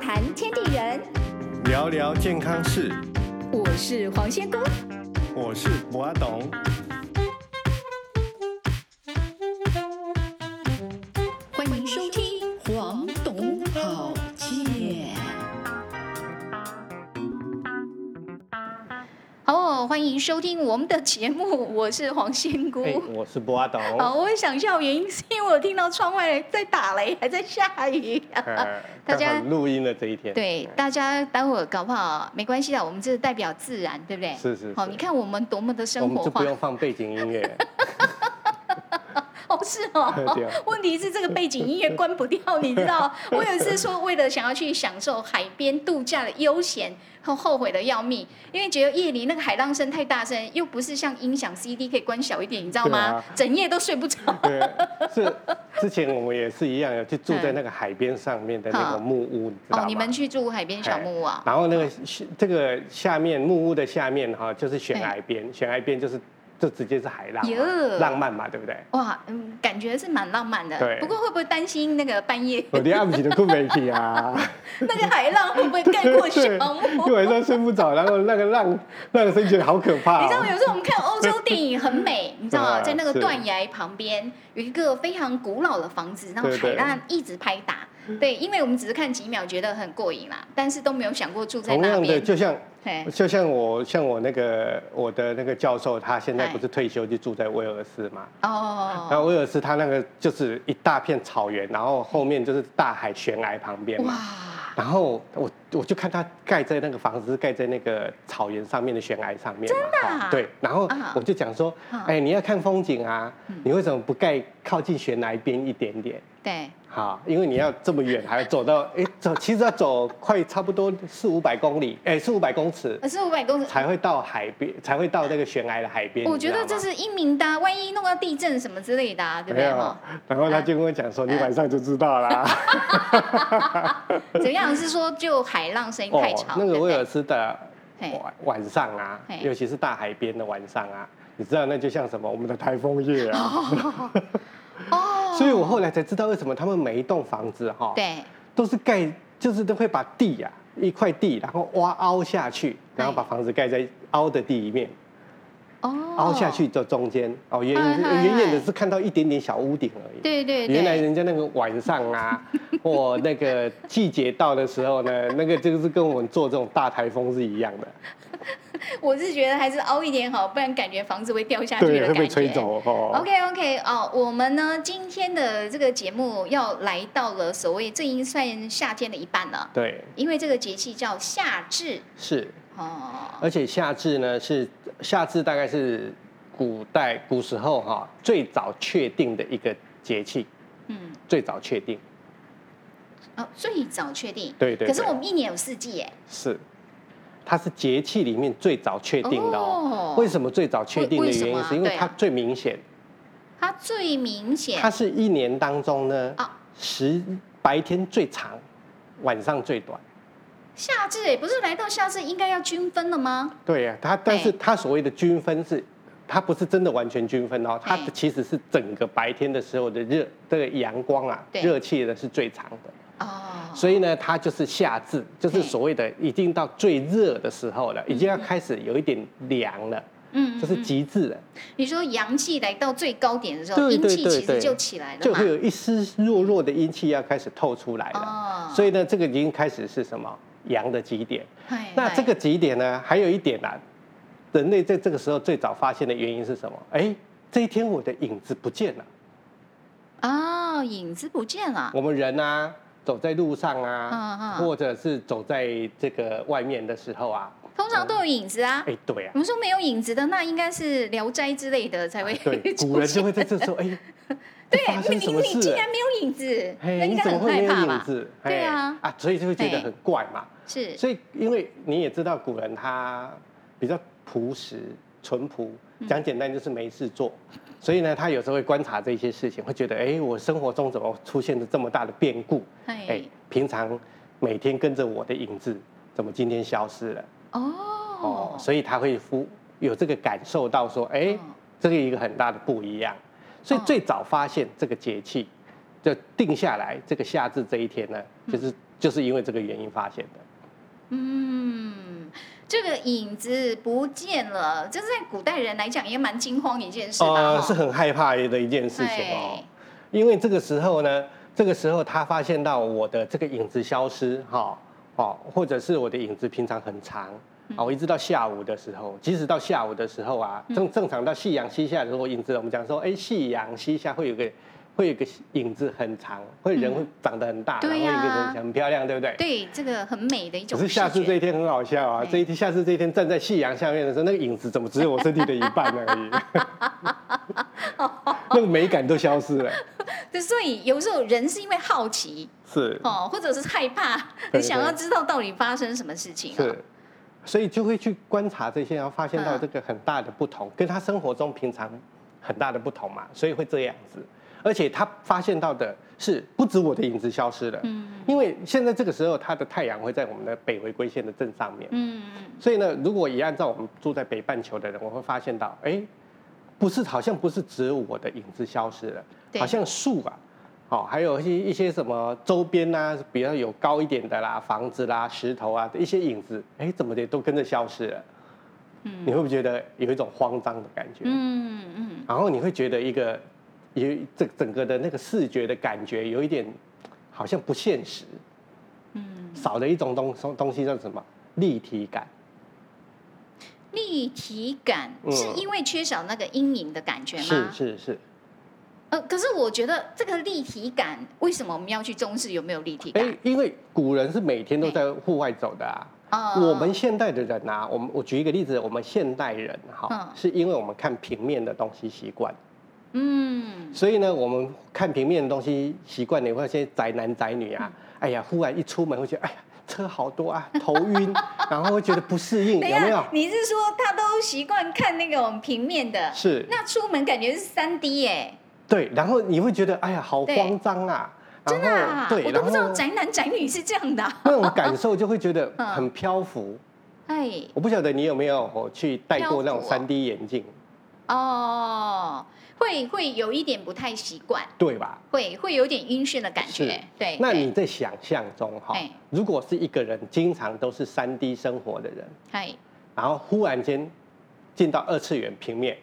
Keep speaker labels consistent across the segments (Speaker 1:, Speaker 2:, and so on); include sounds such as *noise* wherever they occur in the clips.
Speaker 1: 谈天地人，
Speaker 2: 聊聊健康事，
Speaker 1: 我是黄仙姑。
Speaker 2: 我是博阿董。
Speaker 1: 欢迎收听《黄董好见》。哦，欢迎收听我们的节目， *laughs* 我是黄仙姑。
Speaker 3: 哎、我是博阿斗。
Speaker 1: 哦好，我想笑，原因是因为我听到窗外在打雷， *laughs* 还在下
Speaker 3: *laughs*
Speaker 1: 雨。
Speaker 3: *laughs* 呃
Speaker 1: 大
Speaker 3: 刚
Speaker 1: 家
Speaker 3: 好录音的这一天，
Speaker 1: 对，
Speaker 3: 哎
Speaker 1: 大家待会儿搞不好没关系的，我们这是代表自然，对不对？
Speaker 3: 是是
Speaker 1: 好，
Speaker 3: 是
Speaker 1: 你看我们多么的
Speaker 3: 我
Speaker 1: 生
Speaker 3: 们
Speaker 1: 活
Speaker 3: 就
Speaker 1: 化
Speaker 3: 不。用放背景音
Speaker 1: *laughs*
Speaker 3: 乐，
Speaker 1: 哦，是哦
Speaker 3: *laughs* 对啊。
Speaker 1: *laughs* 问题是这个背景音乐关不掉，你知
Speaker 3: *laughs*
Speaker 1: 道？我有一次说，为了想要去享受海边度假的悠闲，后后悔的要命，因为觉得夜里那个海浪声太大声，又不是像音响 CD 可以关小一点，你知道吗？
Speaker 3: 对啊
Speaker 1: 整夜都睡不着。
Speaker 3: 对，是之前我们也是一样，有去住在那个海边上面的那
Speaker 1: 好
Speaker 3: 个木屋，你知
Speaker 1: 哦
Speaker 3: 道 *laughs* 吗，哎
Speaker 1: 你们去住海边小木屋啊？
Speaker 3: 然后那个是这个下面木屋的下面哈，就是悬崖边，悬崖边就是就直接是海浪嘛
Speaker 1: 哟，
Speaker 3: 浪漫嘛，对不对？
Speaker 1: 哇，嗯，感觉是蛮浪漫的
Speaker 3: 对。
Speaker 1: 不过会不会担心那个半夜
Speaker 3: 我第二集的困没起啊，
Speaker 1: *laughs* 那个海浪会不会盖过小木屋
Speaker 3: 因？为晚上睡不着，然后那
Speaker 1: *laughs*
Speaker 3: 个浪，那个声音觉得好可怕、
Speaker 1: 你
Speaker 3: 哦。
Speaker 1: 知道，有时候我们看欧洲电影很美，你知道吗？
Speaker 3: 对啊
Speaker 1: 在那个
Speaker 3: 是
Speaker 1: 断崖旁边有一个非常古老的房子，然后
Speaker 3: 对
Speaker 1: 海
Speaker 3: 对
Speaker 1: 浪一直拍打。对，因为我们只是看几秒，觉得很过瘾啦，但是都没有想过住在
Speaker 3: 同
Speaker 1: 那
Speaker 3: 样的，
Speaker 1: 边。哎
Speaker 3: 就像
Speaker 1: 嘿
Speaker 3: 就像我像我那个我的那个教授，他现在
Speaker 1: 哎
Speaker 3: 不是退休就住在威尔士嘛？然
Speaker 1: 哦，
Speaker 3: 后威尔士他那个就是一大片草原，然后后面就是大海悬崖旁边啊
Speaker 1: 哇
Speaker 3: 嘛。，然后我我就看他盖在那个房子是盖在那个草原上面的悬崖上面嘛，真
Speaker 1: 的啊
Speaker 3: 对，然后
Speaker 1: 啊嗯
Speaker 3: 我就讲说，哎、
Speaker 1: 啊
Speaker 3: 你要看风景啊，你为什么不盖靠近悬崖边一点点？
Speaker 1: 对，
Speaker 3: 好，因为你要这么远，还要走到，哎、走，其实要走快差不多四五百公里，哎、四五百公尺
Speaker 1: 可是五百公尺。
Speaker 3: 才会到海边，才会到那个悬崖的海边。
Speaker 1: 哎我
Speaker 3: 你
Speaker 1: 觉
Speaker 3: 知道
Speaker 1: 得
Speaker 3: 吗
Speaker 1: 这是英明的啊、万一弄到地震什么之类的、啊，对不
Speaker 3: 没
Speaker 1: 对？
Speaker 3: 有
Speaker 1: 哈，，
Speaker 3: 然后他就跟我讲说，你晚上就知道啦。
Speaker 1: 哎怎样是说就海浪声音太吵，
Speaker 3: 哦
Speaker 1: 对
Speaker 3: 那个
Speaker 1: 不
Speaker 3: 威
Speaker 1: 对
Speaker 3: 尔斯的
Speaker 1: 嘿
Speaker 3: 晚晚上啊
Speaker 1: 嘿，
Speaker 3: 尤其是大海边的晚上啊，你知道那就像什么我们的台风夜啊。
Speaker 1: 哦，
Speaker 3: 所以我后来才知道为什么他们每一栋房子哈，
Speaker 1: 对，
Speaker 3: 都是盖，就是都会把地啊一块地，然后挖凹下去，然后把房子盖在凹的地里面，
Speaker 1: 哦，
Speaker 3: 凹下去，的中间哦，远
Speaker 1: 嗨嗨
Speaker 3: 远远
Speaker 1: 嗨
Speaker 3: 的是看到一点点小屋顶而已。
Speaker 1: 哎对对对，
Speaker 3: 原来人家那个晚
Speaker 1: *laughs*
Speaker 3: 上啊，或那个季节到的时候呢，那个就是跟我们做这种大台风是一样的，
Speaker 1: 我是觉得还是凹一点好，不然感觉房子会掉下去的
Speaker 3: 对，
Speaker 1: 感觉。
Speaker 3: 会被吹走哦。
Speaker 1: OK OK 哦，我们呢今天的这个节目要来到了所谓这已经算夏天的一半了，
Speaker 3: 对，
Speaker 1: 因为这个节气叫夏至
Speaker 3: 是，
Speaker 1: 哦。
Speaker 3: 而且夏至呢是夏至，大概是古代古时候哈、最早确定的一个节气，
Speaker 1: 嗯，
Speaker 3: 最早确定，
Speaker 1: 哦，最早确定。
Speaker 3: 对对
Speaker 1: 可是
Speaker 3: 对
Speaker 1: 我们一年有四季耶。
Speaker 3: 是，它是节气里面最早确定的哦。
Speaker 1: 哦
Speaker 3: 为什么最早确定的
Speaker 1: 为为什
Speaker 3: 原
Speaker 1: 么
Speaker 3: 因
Speaker 1: 啊
Speaker 3: 是因为
Speaker 1: 对啊
Speaker 3: 它最明显，
Speaker 1: 它最明显
Speaker 3: 它是一年当中呢
Speaker 1: 啊，
Speaker 3: 时白天最长，晚上最短。
Speaker 1: 夏至哎，不是来到夏至应该要均分了吗？
Speaker 3: 对呀、它但是它所谓的均分是，它不是真的完全均分哦，它
Speaker 1: 哎
Speaker 3: 其实是整个白天的时候的热，这个阳光啊，
Speaker 1: 对
Speaker 3: 热气呢是最长的，
Speaker 1: 哦，
Speaker 3: 所以呢，它就是夏至，就是
Speaker 1: 哎
Speaker 3: 所谓的已经到最热的时候了，已经要开始有一点凉了，
Speaker 1: 嗯，
Speaker 3: 就是
Speaker 1: 嗯嗯
Speaker 3: 极致了，
Speaker 1: 你说阳气来到最高点的时候，
Speaker 3: 对
Speaker 1: 阴
Speaker 3: 对
Speaker 1: 气
Speaker 3: 对
Speaker 1: 其实
Speaker 3: 对
Speaker 1: 就起来了
Speaker 3: 就
Speaker 1: 嘛
Speaker 3: 会。有一丝弱弱的阴气要开始透出来
Speaker 1: 哦
Speaker 3: 了，所以呢，这个已经开始是什么阳的极点。
Speaker 1: 嗨
Speaker 3: 那
Speaker 1: 嗨
Speaker 3: 这个几点呢？还有一点啊，人类在这个时候最早发现的原因是什么？哎，这一天我的影子不见了。
Speaker 1: 哦，影子不见了。
Speaker 3: 我们人啊，走在路上
Speaker 1: 嗯
Speaker 3: 啊，
Speaker 1: 嗯
Speaker 3: 或者是走在这个外面的时候啊，
Speaker 1: 通常都有影子啊。
Speaker 3: 哎，对啊
Speaker 1: 我，们说没有影子的，那应该是《聊斋》之类的才会
Speaker 3: 啊
Speaker 1: *laughs*
Speaker 3: 对，
Speaker 1: 出
Speaker 3: 古人
Speaker 1: 现
Speaker 3: 就会在这时候，哎，
Speaker 1: 嗯 *laughs* 对，
Speaker 3: 发生
Speaker 1: 你
Speaker 3: 什么
Speaker 1: 你
Speaker 3: 事
Speaker 1: 竟
Speaker 3: 了？
Speaker 1: 然没有影子，那
Speaker 3: 哎，
Speaker 1: 应
Speaker 3: 你
Speaker 1: 该
Speaker 3: 怎么
Speaker 1: 很
Speaker 3: 会没
Speaker 1: 害
Speaker 3: 有
Speaker 1: 怕
Speaker 3: 影
Speaker 1: 吧？
Speaker 3: 子？
Speaker 1: 对
Speaker 3: 哎
Speaker 1: 啊
Speaker 3: 啊，所以就会觉得
Speaker 1: 哎
Speaker 3: 很怪嘛。
Speaker 1: 是，
Speaker 3: 所以，因为你也知道，古人他比较朴实、淳朴，
Speaker 1: 嗯
Speaker 3: 讲简单就是没事做，所以呢，他有时候会观察这些事情，会觉得，哎、我生活中怎么出现了这么大的变故？哎、
Speaker 1: 哎，
Speaker 3: 平常每天跟着我的影子，怎么今天消失了？
Speaker 1: 哦，
Speaker 3: 所以他会夫有这个感受到说，哎、
Speaker 1: 哦
Speaker 3: 这个一个很大的不一样。所以
Speaker 1: 哦
Speaker 3: 最早发现这个节气，就定下来这个夏至这一天呢，就是就是因为这个原因发现的。
Speaker 1: 嗯，这个影子不见了，这在古代人来讲也蛮惊慌一件事吧？
Speaker 3: 呃，
Speaker 1: 哦
Speaker 3: 是很害怕的一件事情哦
Speaker 1: 对。
Speaker 3: 因为这个时候呢，这个时候他发现到我的这个影子消失，哈、哦，或者是我的影子平常很长，哦，
Speaker 1: 嗯
Speaker 3: 一直到下午的时候，即使到下午的时候啊，正正常到夕阳西下的时候，我影子我们讲说，哎，夕阳西下会有个会有个影子很长，会人会长得很大，
Speaker 1: 嗯对呀
Speaker 3: 然后影子很很漂亮，对不对？
Speaker 1: 对，这个很美的一
Speaker 3: 可
Speaker 1: 种
Speaker 3: 是
Speaker 1: 视
Speaker 3: 下次这一
Speaker 1: 觉。
Speaker 3: 天很好笑啊！
Speaker 1: 对
Speaker 3: 这一天，下次这一天站在夕阳下面的时候，那个影子怎么只有我身体的一半而
Speaker 1: *laughs*
Speaker 3: 已？那个美感都消失了。
Speaker 1: 对，所以有时候人是因为好奇
Speaker 3: 是
Speaker 1: 哦，或者是害怕，
Speaker 3: 对
Speaker 1: 你 *laughs* 想要
Speaker 3: 对
Speaker 1: 知道到底发生什么事情、啊。
Speaker 3: 是，所以就会去观察这些，然后发现到这个很大的不同，跟他生活中平常很大的不同嘛，所以会这样子。而且他发现到的是，不止我的影子消失了，
Speaker 1: 嗯
Speaker 3: 因为现在这个时候，它的太阳会在我们的北回归线的正上面，
Speaker 1: 嗯，
Speaker 3: 所以呢，如果也按照我们住在北半球的人，我会发现到，哎，不是，好像不是只有我的影子消失了，
Speaker 1: 对
Speaker 3: 好像树啊，哦，还有一些一些什么周边啊，比较有高一点的啦，房子啦、石头啊，一些影子，哎，怎么的都跟着消失了，
Speaker 1: 嗯
Speaker 3: 你会不会觉得有一种慌张的感觉？
Speaker 1: 嗯嗯，
Speaker 3: 然后你会觉得一个有这整个的那个视觉的感觉有一点好像不现实，
Speaker 1: 嗯，
Speaker 3: 少了一种东东东西叫什么立体感。
Speaker 1: 立体感
Speaker 3: 嗯
Speaker 1: 是因为缺少那个阴影的感觉吗？
Speaker 3: 是是是，
Speaker 1: 呃，可是我觉得这个立体感，为什么我们要去重视有没有立体
Speaker 3: 哎、
Speaker 1: 感？
Speaker 3: 因为古人是每天都在户外走的啊。
Speaker 1: 哦
Speaker 3: 我们现代的人啊，我们我举一个例子，我们现代人哈、
Speaker 1: 嗯
Speaker 3: 是因为我们看平面的东西习惯，
Speaker 1: 嗯，
Speaker 3: 所以呢，我们看平面的东西习惯，你会些宅男宅女啊，
Speaker 1: 嗯
Speaker 3: 哎呀，忽然一出门会觉得，哎呀，车好多啊， *laughs* 头晕，然后会觉得不适应，
Speaker 1: 等一
Speaker 3: 有没有
Speaker 1: 下，？你是说他都习惯看那种平面的，
Speaker 3: 是，
Speaker 1: 那出门感觉是三 D 耶，
Speaker 3: 对，然后你会觉的，哎呀，好
Speaker 1: 对
Speaker 3: 慌张啊，然
Speaker 1: 真的、啊
Speaker 3: 后，对，
Speaker 1: 我都不知
Speaker 3: 然
Speaker 1: 道
Speaker 3: 后
Speaker 1: 宅男宅女是这样的 *laughs* 啊、
Speaker 3: 那种感受就会觉得
Speaker 1: *laughs* 嗯
Speaker 3: 很漂浮。
Speaker 1: 哎，
Speaker 3: 我不晓得你有没有哦去戴过那种
Speaker 1: 漂浮哦
Speaker 3: 三 D 眼镜，
Speaker 1: 哦，会会有一点不太习惯，
Speaker 3: 对吧？
Speaker 1: 会会有点晕眩的感
Speaker 3: 是
Speaker 1: 觉，哎对，
Speaker 3: 那
Speaker 1: 对
Speaker 3: 你在想象中哈
Speaker 1: 哎，
Speaker 3: 如果是一个人经常都是三 D 生活的人，
Speaker 1: 哎，
Speaker 3: 然后忽然间进到二次元平面，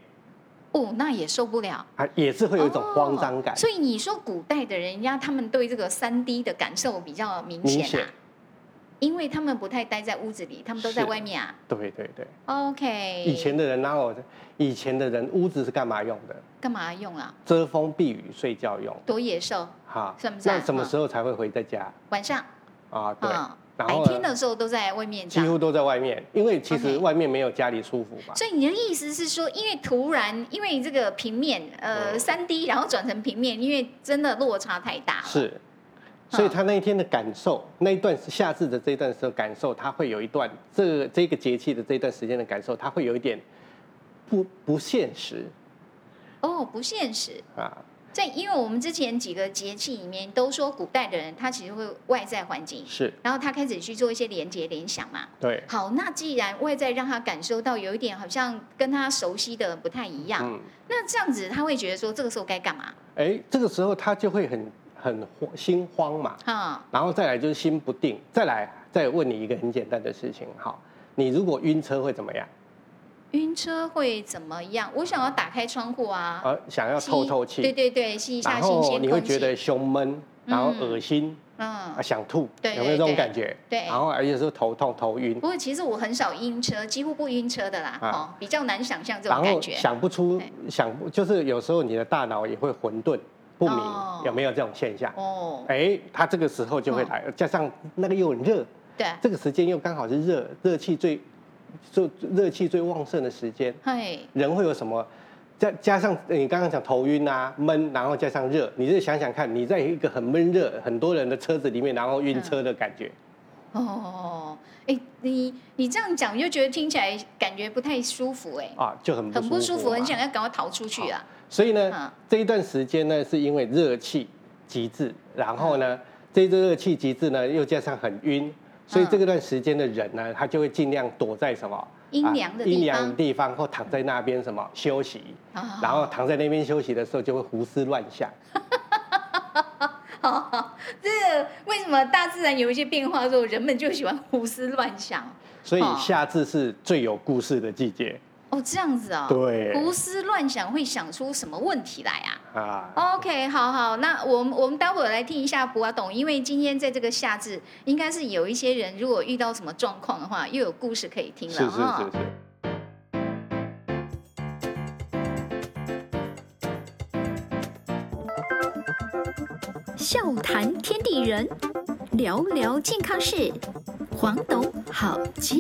Speaker 1: 哦，那也受不了。
Speaker 3: 啊，也是会有一种慌张感
Speaker 1: 哦，所以你说古代的人家他们对这个三 D 的感受比较明显
Speaker 3: 明
Speaker 1: 啊，
Speaker 3: 显。
Speaker 1: 因为他们不太待在屋子里，他们都在
Speaker 3: 是
Speaker 1: 外面啊。
Speaker 3: 对对对，
Speaker 1: OK，
Speaker 3: 以前的人哪有？以前的人屋子是干嘛用的？
Speaker 1: 干嘛用啊？
Speaker 3: 遮风避雨、睡觉用。
Speaker 1: 躲野兽，
Speaker 3: 哈
Speaker 1: 是不，是啊
Speaker 3: 那什么时候才会回在家
Speaker 1: 晚上
Speaker 3: 啊？对，
Speaker 1: 啊，
Speaker 3: 然
Speaker 1: 白
Speaker 3: 后
Speaker 1: 天
Speaker 3: 呢
Speaker 1: 的时候都在外面这
Speaker 3: 几
Speaker 1: 样。
Speaker 3: 乎都在外面，因为其实
Speaker 1: OK
Speaker 3: 外面没有家里舒服吧。
Speaker 1: 所以你的意思是说，因为突然因为这个平面，呃，
Speaker 3: 嗯
Speaker 1: 三 D 然后转成平面，因为真的落差太大了。，
Speaker 3: 是，所以
Speaker 1: 嗯
Speaker 3: 他那一天的感受，那一段夏至的这一段时候感受，他会有一段这这个节气的这一段时间的感受，他会有一点不不现实
Speaker 1: 哦，不现实。
Speaker 3: 啊。
Speaker 1: 在因为我们之前几个节气里面都说，古代的人他其实会外在环境
Speaker 3: 是
Speaker 1: 然后他开始去做一些连接联想嘛。
Speaker 3: 对，
Speaker 1: 好，那既然外在让他感受到有一点好像跟他熟悉的不太一样，
Speaker 3: 嗯，
Speaker 1: 那这样子他会觉得说这个时候该干嘛？
Speaker 3: 哎，这个时候他就会很很慌心慌嘛，
Speaker 1: 哈、
Speaker 3: 然后再来就是心不定，再来再问你一个很简单的事情，好，你如果晕车会怎么样？
Speaker 1: 晕车会怎么样？我想要打开窗户啊，
Speaker 3: 呃，想要
Speaker 1: 吸
Speaker 3: 透透
Speaker 1: 对
Speaker 3: 气，
Speaker 1: 对对，吸一下
Speaker 3: 然
Speaker 1: 新
Speaker 3: 后
Speaker 1: 鲜
Speaker 3: 你会
Speaker 1: 空
Speaker 3: 觉得
Speaker 1: 气。
Speaker 3: 胸闷，然后恶心。
Speaker 1: 嗯
Speaker 3: 啊，，想吐，
Speaker 1: 对
Speaker 3: 有没有这
Speaker 1: 对
Speaker 3: 种感觉？
Speaker 1: 对
Speaker 3: 然后而且是头痛、头晕
Speaker 1: 不，过其实我很少晕车，几乎不晕车的啦，
Speaker 3: 啊
Speaker 1: 哦，比较难想象这
Speaker 3: 然
Speaker 1: 种
Speaker 3: 后
Speaker 1: 感觉。
Speaker 3: 想不出
Speaker 1: 对，
Speaker 3: 想不就是有时候你的大脑也会混沌不明
Speaker 1: 哦，
Speaker 3: 有没有这种现象？
Speaker 1: 哦，
Speaker 3: 哎，它这个时候就会来，加上那个又很热，
Speaker 1: 对，
Speaker 3: 这个时间又刚好是热热气最最热气最旺盛的时间，
Speaker 1: 嘿，
Speaker 3: 人会有什么？再加上你刚刚讲头晕啊、闷，然后加上热，你就想想看，你在一个很闷热、很多人的车子里面，然后晕
Speaker 1: 嗯
Speaker 3: 车的感觉，
Speaker 1: 哦，哎，你你这样讲，我就觉得听起来感觉不太舒服哎、
Speaker 3: 啊，就很
Speaker 1: 很
Speaker 3: 不
Speaker 1: 不舒
Speaker 3: 舒服
Speaker 1: 服，
Speaker 3: 嘛，
Speaker 1: 很想要赶快逃出去啊！
Speaker 3: 所以呢，
Speaker 1: 嗯
Speaker 3: 这一段时间呢，是因为热气极致，然后呢，这一段热气极致呢，又加上很晕，所以
Speaker 1: 嗯
Speaker 3: 这个段时间的人呢，他就会尽量躲在什么
Speaker 1: 阴凉的
Speaker 3: 啊
Speaker 1: 地方
Speaker 3: 阴凉的地方，或躺在那边什么休息。
Speaker 1: 啊
Speaker 3: 然后躺在那边休息的时候，就会胡思乱想，
Speaker 1: 哦，这个为什么大自然有一些变化的时候，人们就喜欢胡思乱想？
Speaker 3: 所以
Speaker 1: 哦
Speaker 3: 夏至是最有故事的季节
Speaker 1: 哦，这样子哦，
Speaker 3: 对
Speaker 1: 胡思乱想会想出什么问题来啊？
Speaker 3: 啊。
Speaker 1: OK，好好，那我们我们待会儿来听一下博阿董，因为今天在这个夏至，应该是有一些人如果遇到什么状况的话，又有故事可以听
Speaker 3: 是
Speaker 1: 了
Speaker 3: 是
Speaker 1: 哈。
Speaker 3: 是是。
Speaker 4: 笑谈天地人，聊聊健康事，黄董好健。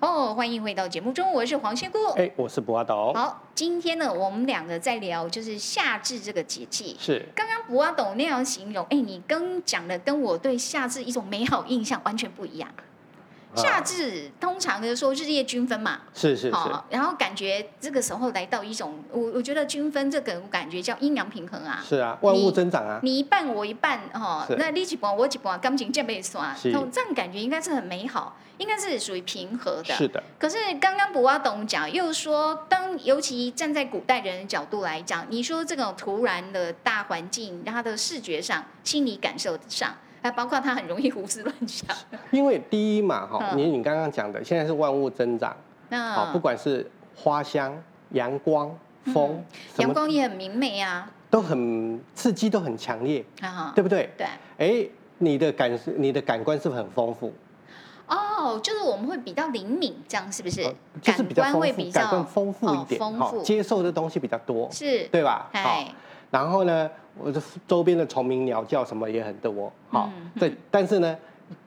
Speaker 1: 哦，欢迎回到节目中，我是黄仙姑。
Speaker 3: 哎、我是博阿董，
Speaker 1: 好，今天呢，我们两个在聊就是夏至这个节气。
Speaker 3: 是
Speaker 1: 刚刚博阿董那样形容，哎，你刚讲的跟我对夏至一种美好印象完全不一样。夏至通常的说日夜均分嘛，
Speaker 3: 是啊是是，
Speaker 1: 好，啊然后感觉这个时候来到一种，我我觉得均分这个我感觉叫阴阳平衡啊，
Speaker 3: 是啊，万物
Speaker 1: 你
Speaker 3: 增长啊，
Speaker 1: 你一半我一半哦
Speaker 3: 是，
Speaker 1: 那你几半我几半，感情这被刷，
Speaker 3: 是
Speaker 1: 这样感觉应该是很美好，应该是属于平和的。
Speaker 3: 是的，
Speaker 1: 可是刚刚不阿董讲，又说当尤其站在古代人的角度来讲，你说这种突然的大环境，他的视觉上、心理感受上，还包括他很容易胡思乱
Speaker 3: *laughs*
Speaker 1: 想。
Speaker 3: 因为第一嘛哈，
Speaker 1: 嗯
Speaker 3: 你你刚刚讲的，现在是万物增长，
Speaker 1: 那
Speaker 3: 好，不管是花香、阳光、风，什
Speaker 1: 嗯阳
Speaker 3: 么
Speaker 1: 光也很明媚啊，
Speaker 3: 都很刺激，都很强烈，
Speaker 1: 啊，
Speaker 3: 对不对？
Speaker 1: 对。
Speaker 3: 哎，你的感你的感官是不是很丰富？
Speaker 1: 哦，就是我们会比较灵敏，这样是不是？
Speaker 3: 哦就是比较
Speaker 1: 感官
Speaker 3: 丰
Speaker 1: 会
Speaker 3: 富，
Speaker 1: 比
Speaker 3: 感官
Speaker 1: 较
Speaker 3: 丰富一
Speaker 1: 哦
Speaker 3: 点，
Speaker 1: 丰富
Speaker 3: 接受的东西比较多，
Speaker 1: 是，
Speaker 3: 对吧？好
Speaker 1: 哎，，
Speaker 3: 然后呢，我这周边的虫鸣鸟叫什么也很多，好
Speaker 1: 嗯，
Speaker 3: 对，但是呢，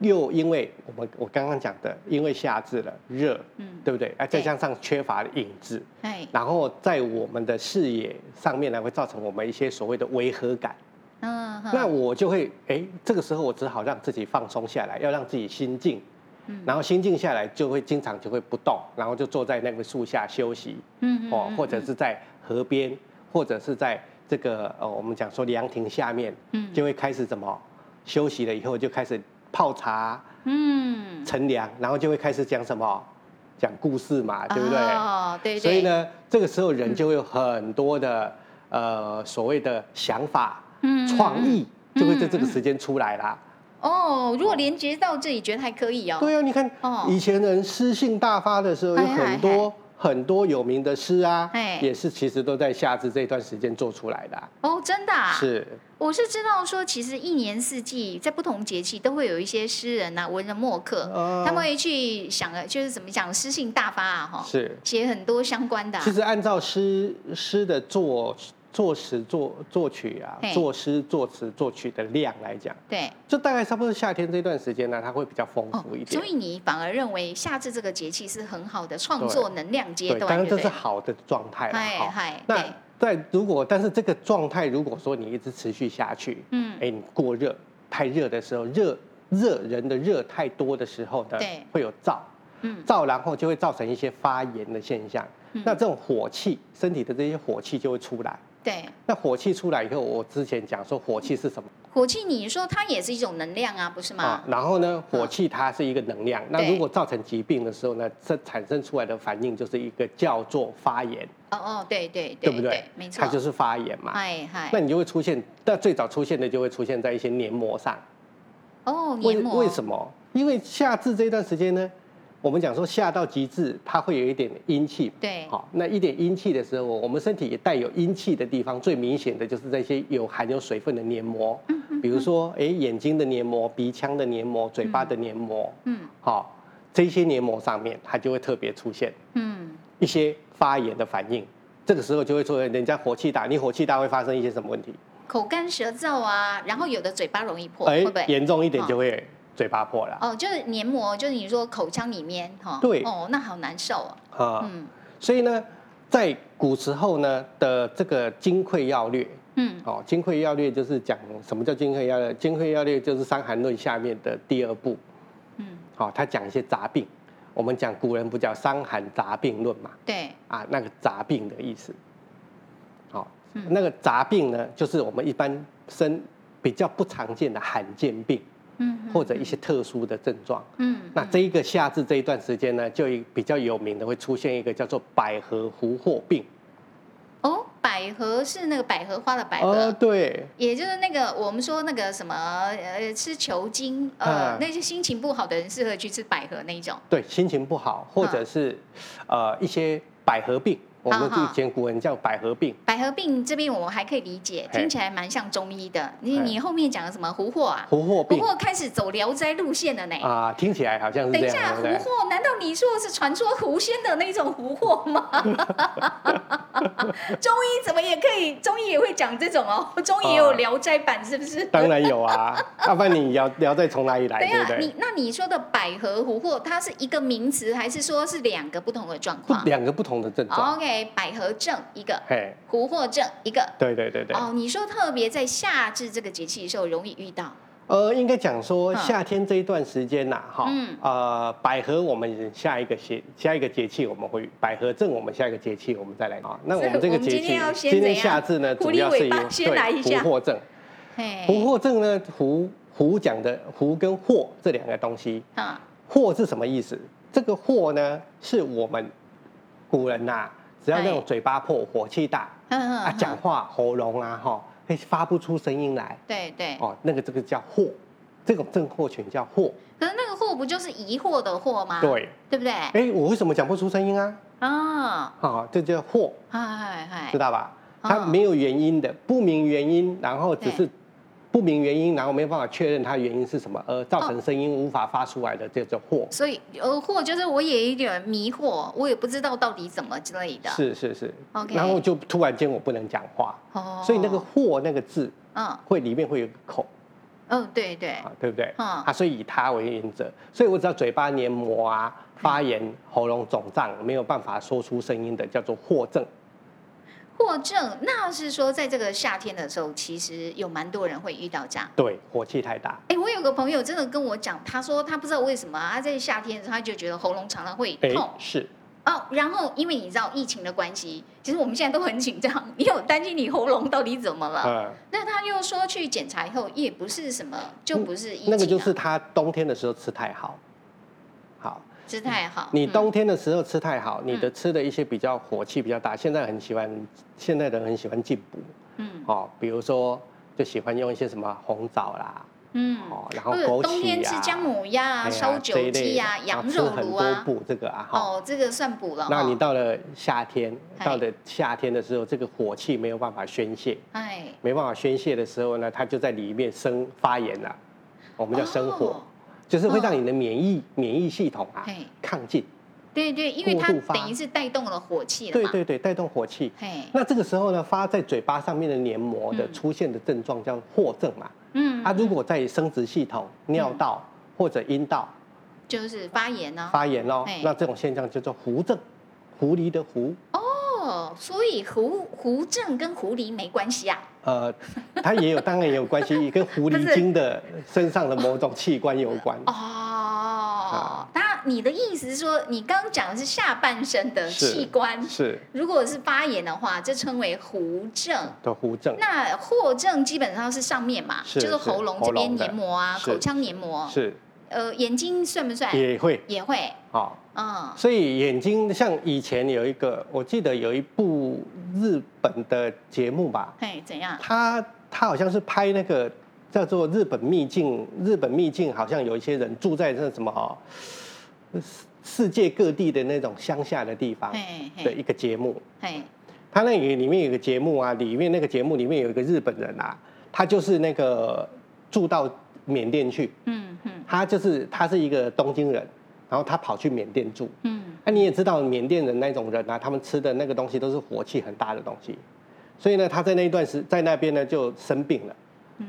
Speaker 3: 又因为我们我刚刚讲的，因为夏至了，热，
Speaker 1: 嗯，
Speaker 3: 对不对？啊，
Speaker 1: 对
Speaker 3: 再加上缺乏影子，
Speaker 1: 哎，
Speaker 3: 然后在我们的视野上面呢，会造成我们一些所谓的违和感。
Speaker 1: 嗯，
Speaker 3: 那我就会，哎，这个时候我只好让自己放松下来，要让自己心静，
Speaker 1: 嗯
Speaker 3: 然后心静下来就会经常就会不动，然后就坐在那个树下休息，
Speaker 1: 嗯
Speaker 3: 哦，或者是在河边，或者是在这个呃我们讲说凉亭下面，
Speaker 1: 嗯
Speaker 3: 就会开始怎么休息了以后就开始泡茶、
Speaker 1: 嗯，
Speaker 3: 乘凉，然后就会开始讲什么讲故事嘛，对不对？
Speaker 1: 哦，对对，
Speaker 3: 所以，呢，这个时候人就会有很多的、呃所谓的想法、
Speaker 1: 嗯
Speaker 3: 创意，
Speaker 1: 嗯
Speaker 3: 就会在这个时间出来啦。
Speaker 1: 哦，如果连接到这里，觉得还可以哦。
Speaker 3: 对啊，你看、
Speaker 1: 哦
Speaker 3: 以前人诗性大发的时候，有
Speaker 1: 哎哎
Speaker 3: 很多。很多有名的诗啊
Speaker 1: 哎，
Speaker 3: 也是其实都在夏至这段时间做出来的啊、
Speaker 1: 哦，真的啊！
Speaker 3: 是
Speaker 1: 我是知道说，其实一年四季在不同节气都会有一些诗人呐、文人墨客，
Speaker 3: 哦
Speaker 1: 他们会去想，呃就是怎么讲，诗性大发啊，哈，
Speaker 3: 是。
Speaker 1: 写很多相关的、啊。
Speaker 3: 其实按照诗诗的作作词作作曲啊
Speaker 1: 嘿，
Speaker 3: 作诗作词作曲的量来讲，
Speaker 1: 对，
Speaker 3: 就大概差不多夏天这段时间呢，它会比较丰
Speaker 1: 哦
Speaker 3: 富一，点
Speaker 1: 所。以你反而认为夏至这个节气是很好的创作能量阶
Speaker 3: 对，当
Speaker 1: 段，
Speaker 3: 然
Speaker 1: 对
Speaker 3: 这
Speaker 1: 不
Speaker 3: 是
Speaker 1: 对？
Speaker 3: 好的状态了
Speaker 1: 嗨
Speaker 3: 哈
Speaker 1: 嗨。
Speaker 3: 那
Speaker 1: 对
Speaker 3: 在如果但是这个状态，如果说你一直持续下去，
Speaker 1: 嗯
Speaker 3: 哎，你过热，太热的时候，热热人的热太多的时候呢
Speaker 1: 对，
Speaker 3: 会有燥，
Speaker 1: 嗯
Speaker 3: 燥然后就会造成一些发炎的现象。那这种火气，身体的这些火气就会出来。
Speaker 1: 对，
Speaker 3: 那火气出来以后，我之前讲说火气是什么
Speaker 1: 火气你说它也是一种能量啊，不是吗？
Speaker 3: 然后呢，火气它是一个能量，那
Speaker 1: 嗯对
Speaker 3: 如果造成疾病的时候呢，这产生出来的反应就是一个叫做发炎，
Speaker 1: 哦哦，对对
Speaker 3: 对
Speaker 1: 对
Speaker 3: 不对？
Speaker 1: 没错，哎
Speaker 3: 它就是发炎嘛。
Speaker 1: 嗨嗨
Speaker 3: 那，你就会出现，那最早出现的就会出现在一些黏膜上。
Speaker 1: 哦，
Speaker 3: 为
Speaker 1: 黏膜
Speaker 3: 为什么？因为夏至这段时间呢，我们讲说夏到极致，它会有一点阴气。
Speaker 1: 对
Speaker 3: 好，那一点阴气的时候，我们身体也带有阴气的地方，最明显的就是这些有含有水分的黏膜，
Speaker 1: 嗯
Speaker 3: 比如说，哎、眼睛的黏膜、鼻腔的黏膜、嘴巴的黏膜，
Speaker 1: 嗯
Speaker 3: 好，这些黏膜上面它就会特别出现
Speaker 1: 嗯，
Speaker 3: 一些发炎的反应。这个时候就会出现人家火气大，你火气大会发生一些什么问题？
Speaker 1: 口干舌燥啊，然后有的嘴巴容易破，
Speaker 3: 哎
Speaker 1: 会啊不会？
Speaker 3: 严重一点就会嘴巴破了
Speaker 1: 哦，就是黏膜，就是你说口腔里面哈，
Speaker 3: 对
Speaker 1: 哦，那好难受哦，
Speaker 3: 啊。
Speaker 1: 嗯
Speaker 3: 所以呢，在古时候呢的这个金匮要略，
Speaker 1: 嗯，
Speaker 3: 哦，金匮要略就是讲什么叫金匮要略？金匮要略就是《伤寒论》下面的第二部，
Speaker 1: 嗯，
Speaker 3: 好、他讲一些杂病。我们讲古人不叫《伤寒杂病论》嘛，
Speaker 1: 对，
Speaker 3: 啊，那个杂病的意思。好、
Speaker 1: 嗯
Speaker 3: 那个杂病呢，就是我们一般生比较不常见的罕见病。
Speaker 1: 嗯
Speaker 3: 啊或者一些特殊的症状。
Speaker 1: 嗯，
Speaker 3: 那这一个夏至这一段时间呢，就一比较有名的会出现一个叫做百合糊货病。
Speaker 1: 哦，百合是那个百合花的百合。
Speaker 3: 哦，对，
Speaker 1: 也就是那个我们说那个什么呃吃球精呃、
Speaker 3: 啊
Speaker 1: 那些心情不好的人适合去吃百合那一种
Speaker 3: 对，心情不好，或
Speaker 1: 嗯
Speaker 3: 者是、呃一些百合病，我们
Speaker 1: 好好
Speaker 3: 以前古人叫百合病。
Speaker 1: 百合病这边我还可以理解，
Speaker 3: 嘿
Speaker 1: 听起来蛮像中医的。你
Speaker 3: 嘿
Speaker 1: 你后面讲的什么胡祸啊？
Speaker 3: 糊货
Speaker 1: 胡
Speaker 3: 病
Speaker 1: 祸开始走聊斋路线了呢。
Speaker 3: 啊、听起来好像是
Speaker 1: 等
Speaker 3: 这
Speaker 1: 一下，
Speaker 3: 样，
Speaker 1: 胡
Speaker 3: 对不对？
Speaker 1: 祸难道你说的是传说狐仙的那种胡祸吗？ *laughs* 中医怎么也可以？中医也会讲这种哦， *laughs* 中医也有
Speaker 3: 啊
Speaker 1: 聊斋版是不是？
Speaker 3: 当然有啊， *laughs* 要不然你聊聊再从哪里来，
Speaker 1: 等一
Speaker 3: 对不
Speaker 1: 下，
Speaker 3: 对
Speaker 1: 你？那你说的百合胡祸，它是一个名词，还是说是两个不同的状
Speaker 3: 不
Speaker 1: 况，哦
Speaker 3: 两个不同的症状。
Speaker 1: ？OK，百合症一个，
Speaker 3: 嘿，
Speaker 1: 胡祸症一个。
Speaker 3: 对对对对。
Speaker 1: 哦，你说特别在夏至这个节气的时候容易遇到，
Speaker 3: 呃，应该讲说
Speaker 1: 嗯
Speaker 3: 夏天这一段时间呐、哈、
Speaker 1: 嗯
Speaker 3: 呃，百合我们下一个节下一个节气我们会百合正，我们下一个节气我们再来啊。那我们这
Speaker 1: 所以
Speaker 3: 个
Speaker 1: 我们今
Speaker 3: 节
Speaker 1: 天
Speaker 3: 气
Speaker 1: 要先
Speaker 3: 今
Speaker 1: 怎
Speaker 3: 天
Speaker 1: 样
Speaker 3: 夏至呢，
Speaker 1: 狐
Speaker 3: 主
Speaker 1: 狸
Speaker 3: 要是
Speaker 1: 尾
Speaker 3: 以
Speaker 1: 巴先来一
Speaker 3: 对
Speaker 1: 下哎
Speaker 3: 不惑症，
Speaker 1: 嘿，
Speaker 3: 不惑症呢，胡胡讲的胡跟惑这两个东西，
Speaker 1: 啊，
Speaker 3: 惑是什么意思？这个惑呢，是我们古人呐、只要那种
Speaker 1: 哎
Speaker 3: 嘴巴破、火气大
Speaker 1: 嗯
Speaker 3: 啊，讲，话喉咙啊哈，会发不出声音来。
Speaker 1: 对对，
Speaker 3: 哦，那个这个叫祸，这种症候群叫祸。
Speaker 1: 可是那个祸不就是疑惑的惑吗？，
Speaker 3: 对，
Speaker 1: 对不对？
Speaker 3: 哎，我为什么讲不出声音啊？
Speaker 1: 啊，
Speaker 3: 啊、这叫祸，
Speaker 1: 嗨嗨
Speaker 3: 知
Speaker 1: 嗨，
Speaker 3: 道吧？
Speaker 1: 哦
Speaker 3: 它没有原因的，不明原因，然后只是
Speaker 1: 对
Speaker 3: 不明原因，然后没有办法确认它原因是什么，而造成声音无法发出来的，这叫祸。
Speaker 1: 所以呃，或就是我也有点迷惑，我也不知道到底怎么之类的。，
Speaker 3: 是是是
Speaker 1: OK
Speaker 3: 然后就突然间我不能讲话，
Speaker 1: 哦，
Speaker 3: 所以那个，祸那个字
Speaker 1: 嗯
Speaker 3: 会里面会有个口
Speaker 1: 嗯，对对，
Speaker 3: 啊，对不对？
Speaker 1: 嗯
Speaker 3: 啊，所以以它为原则，所以我只要嘴巴黏膜啊发炎、喉咙肿胀，没有办法说出声音的，叫做祸症。
Speaker 1: 或症，那是说在这个夏天的时候，其实有蛮多人会遇到这样。
Speaker 3: 对，火气太大。
Speaker 1: 哎，我有个朋友真的跟我讲，他说他不知道为什么啊，他在夏天的时候他就觉得喉咙常常会
Speaker 3: 哎
Speaker 1: 痛，，
Speaker 3: 是
Speaker 1: 哦，然后因为你知道疫情的关系，其实我们现在都很紧张，你有担心你喉咙到底怎么了？
Speaker 3: 嗯，
Speaker 1: 那他又说去检查以后也不是什么，就不是疫情、啊
Speaker 3: 嗯那个就是他冬天的时候吃太好。好，
Speaker 1: 吃太好。
Speaker 3: 你
Speaker 1: 嗯
Speaker 3: 冬天的时候吃太好，你的吃的一些比较火气比较大，现在很喜欢，现在的人很喜欢进补
Speaker 1: 嗯
Speaker 3: 哦，比如说就喜欢用一些什么红枣啦，
Speaker 1: 嗯，
Speaker 3: 哦，然后
Speaker 1: 或者
Speaker 3: 枸杞呀、
Speaker 1: 冬天吃姜母鸭啊、
Speaker 3: 哎呀
Speaker 1: 烧
Speaker 3: 这
Speaker 1: 酒
Speaker 3: 一类
Speaker 1: 鸡啊、
Speaker 3: 的
Speaker 1: 羊
Speaker 3: 吃
Speaker 1: 肉
Speaker 3: 很
Speaker 1: 炉
Speaker 3: 多
Speaker 1: 啊，
Speaker 3: 补这个啊哈。
Speaker 1: 哦，这个算补了。
Speaker 3: 那
Speaker 1: 哦
Speaker 3: 你到了夏天，
Speaker 1: 哎
Speaker 3: 到了夏天的时候，这个火气没有办法宣泄，
Speaker 1: 哎，
Speaker 3: 没办法宣泄的时候呢，它就在里面生发炎了，我们叫生火，
Speaker 1: 哦嗯
Speaker 3: 就是会让你的免疫、免疫系统啊
Speaker 1: 嘿
Speaker 3: 亢进，
Speaker 1: 对对，因为它
Speaker 3: 过度发
Speaker 1: 等于是带动了火气了
Speaker 3: 对
Speaker 1: 嘛。
Speaker 3: 对对，带动火气。
Speaker 1: 嘿，
Speaker 3: 那这个时候呢，发在嘴巴上面的黏膜的
Speaker 1: 嗯
Speaker 3: 出现的症状叫霍症嘛，
Speaker 1: 嗯，
Speaker 3: 它如果在生殖系统、尿道或者阴道
Speaker 1: 就是发炎呢、
Speaker 3: 发炎哦
Speaker 1: 哎，
Speaker 3: 那这种现象叫做狐症，狐狸的狐，
Speaker 1: 哦，所以狐狐症跟狐狸没关系啊。
Speaker 3: 呃，它也有，当然也有关系，跟狐
Speaker 1: 不是
Speaker 3: 狸精的身上的某种器官有关。啊
Speaker 1: 哦，那你的意思是说，你刚刚讲的是下半身的
Speaker 3: 是
Speaker 1: 器官，
Speaker 3: 是
Speaker 1: 如果是发炎的话，这称为狐症。
Speaker 3: 的狐症，
Speaker 1: 那霍症基本上是上面嘛，
Speaker 3: 是
Speaker 1: 就是
Speaker 3: 是
Speaker 1: 喉咙
Speaker 3: 喉
Speaker 1: 这边
Speaker 3: 咙的
Speaker 1: 黏膜啊，
Speaker 3: 是
Speaker 1: 口腔黏膜，
Speaker 3: 是
Speaker 1: 呃，眼睛算不算？
Speaker 3: 也会
Speaker 1: 也会，
Speaker 3: 哦。
Speaker 1: 嗯，
Speaker 3: 所以眼睛像以前有一个，我记得有一部日本的节目吧，
Speaker 1: 嘿，怎样？
Speaker 3: 他他好像是拍那个叫做日本秘境，日本秘境好像有一些人住在那什么、哦、世世界各地的那种乡下的地方
Speaker 1: 嘿嘿
Speaker 3: 的一个节目。
Speaker 1: 嘿，
Speaker 3: 他那里里面有个节目啊，里面那个节目里面有一个日本人啊，他就是那个住到缅甸去，
Speaker 1: 嗯嗯
Speaker 3: 他就是他是一个东京人，然后他跑去缅甸住。
Speaker 1: 嗯，
Speaker 3: 那、你也知道缅甸人那种人啊，他们吃的那个东西都是火气很大的东西，所以呢，他在那一段时在那边呢就生病了，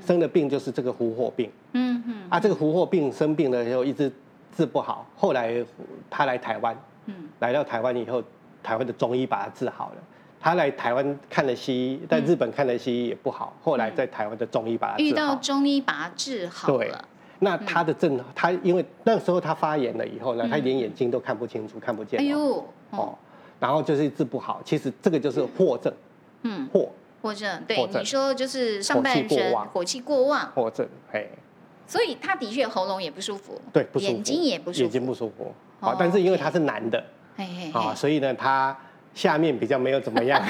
Speaker 3: 生的病就是这个狐火病
Speaker 1: 嗯嗯
Speaker 3: 啊，这个狐火病生病了以后一直治不好，后来他来台湾，
Speaker 1: 嗯，
Speaker 3: 来到台湾以后，台湾的中医把他治好了。他来台湾看了西
Speaker 1: 嗯
Speaker 3: 医，在日本看了西医也不好，后来在台湾的中医把他
Speaker 1: 遇
Speaker 3: 治
Speaker 1: 到
Speaker 3: 好。
Speaker 1: 中医把它治好
Speaker 3: 对
Speaker 1: 了，
Speaker 3: 那他的症，他因为那时候他发炎了以后呢，他
Speaker 1: 嗯
Speaker 3: 连眼睛都看不清楚，看不见
Speaker 1: 哎
Speaker 3: 了。
Speaker 1: 呦，
Speaker 3: 哦
Speaker 1: 哦，，
Speaker 3: 然后就是治不好，其实这个就是祸症，
Speaker 1: 嗯，
Speaker 3: 祸
Speaker 1: 或者对
Speaker 3: 或者
Speaker 1: 你说就是上
Speaker 3: 火气
Speaker 1: 半
Speaker 3: 过
Speaker 1: 身
Speaker 3: 旺
Speaker 1: 火气过旺，
Speaker 3: 祸症，哎，
Speaker 1: 所以他的确喉咙也不舒服，
Speaker 3: 对，不舒服，
Speaker 1: 眼睛也不舒服，
Speaker 3: 眼睛不舒服啊
Speaker 1: 哦。
Speaker 3: 但是因为他是男的
Speaker 1: 嘿嘿嘿
Speaker 3: 啊，所以呢，他下面比较没有怎么样，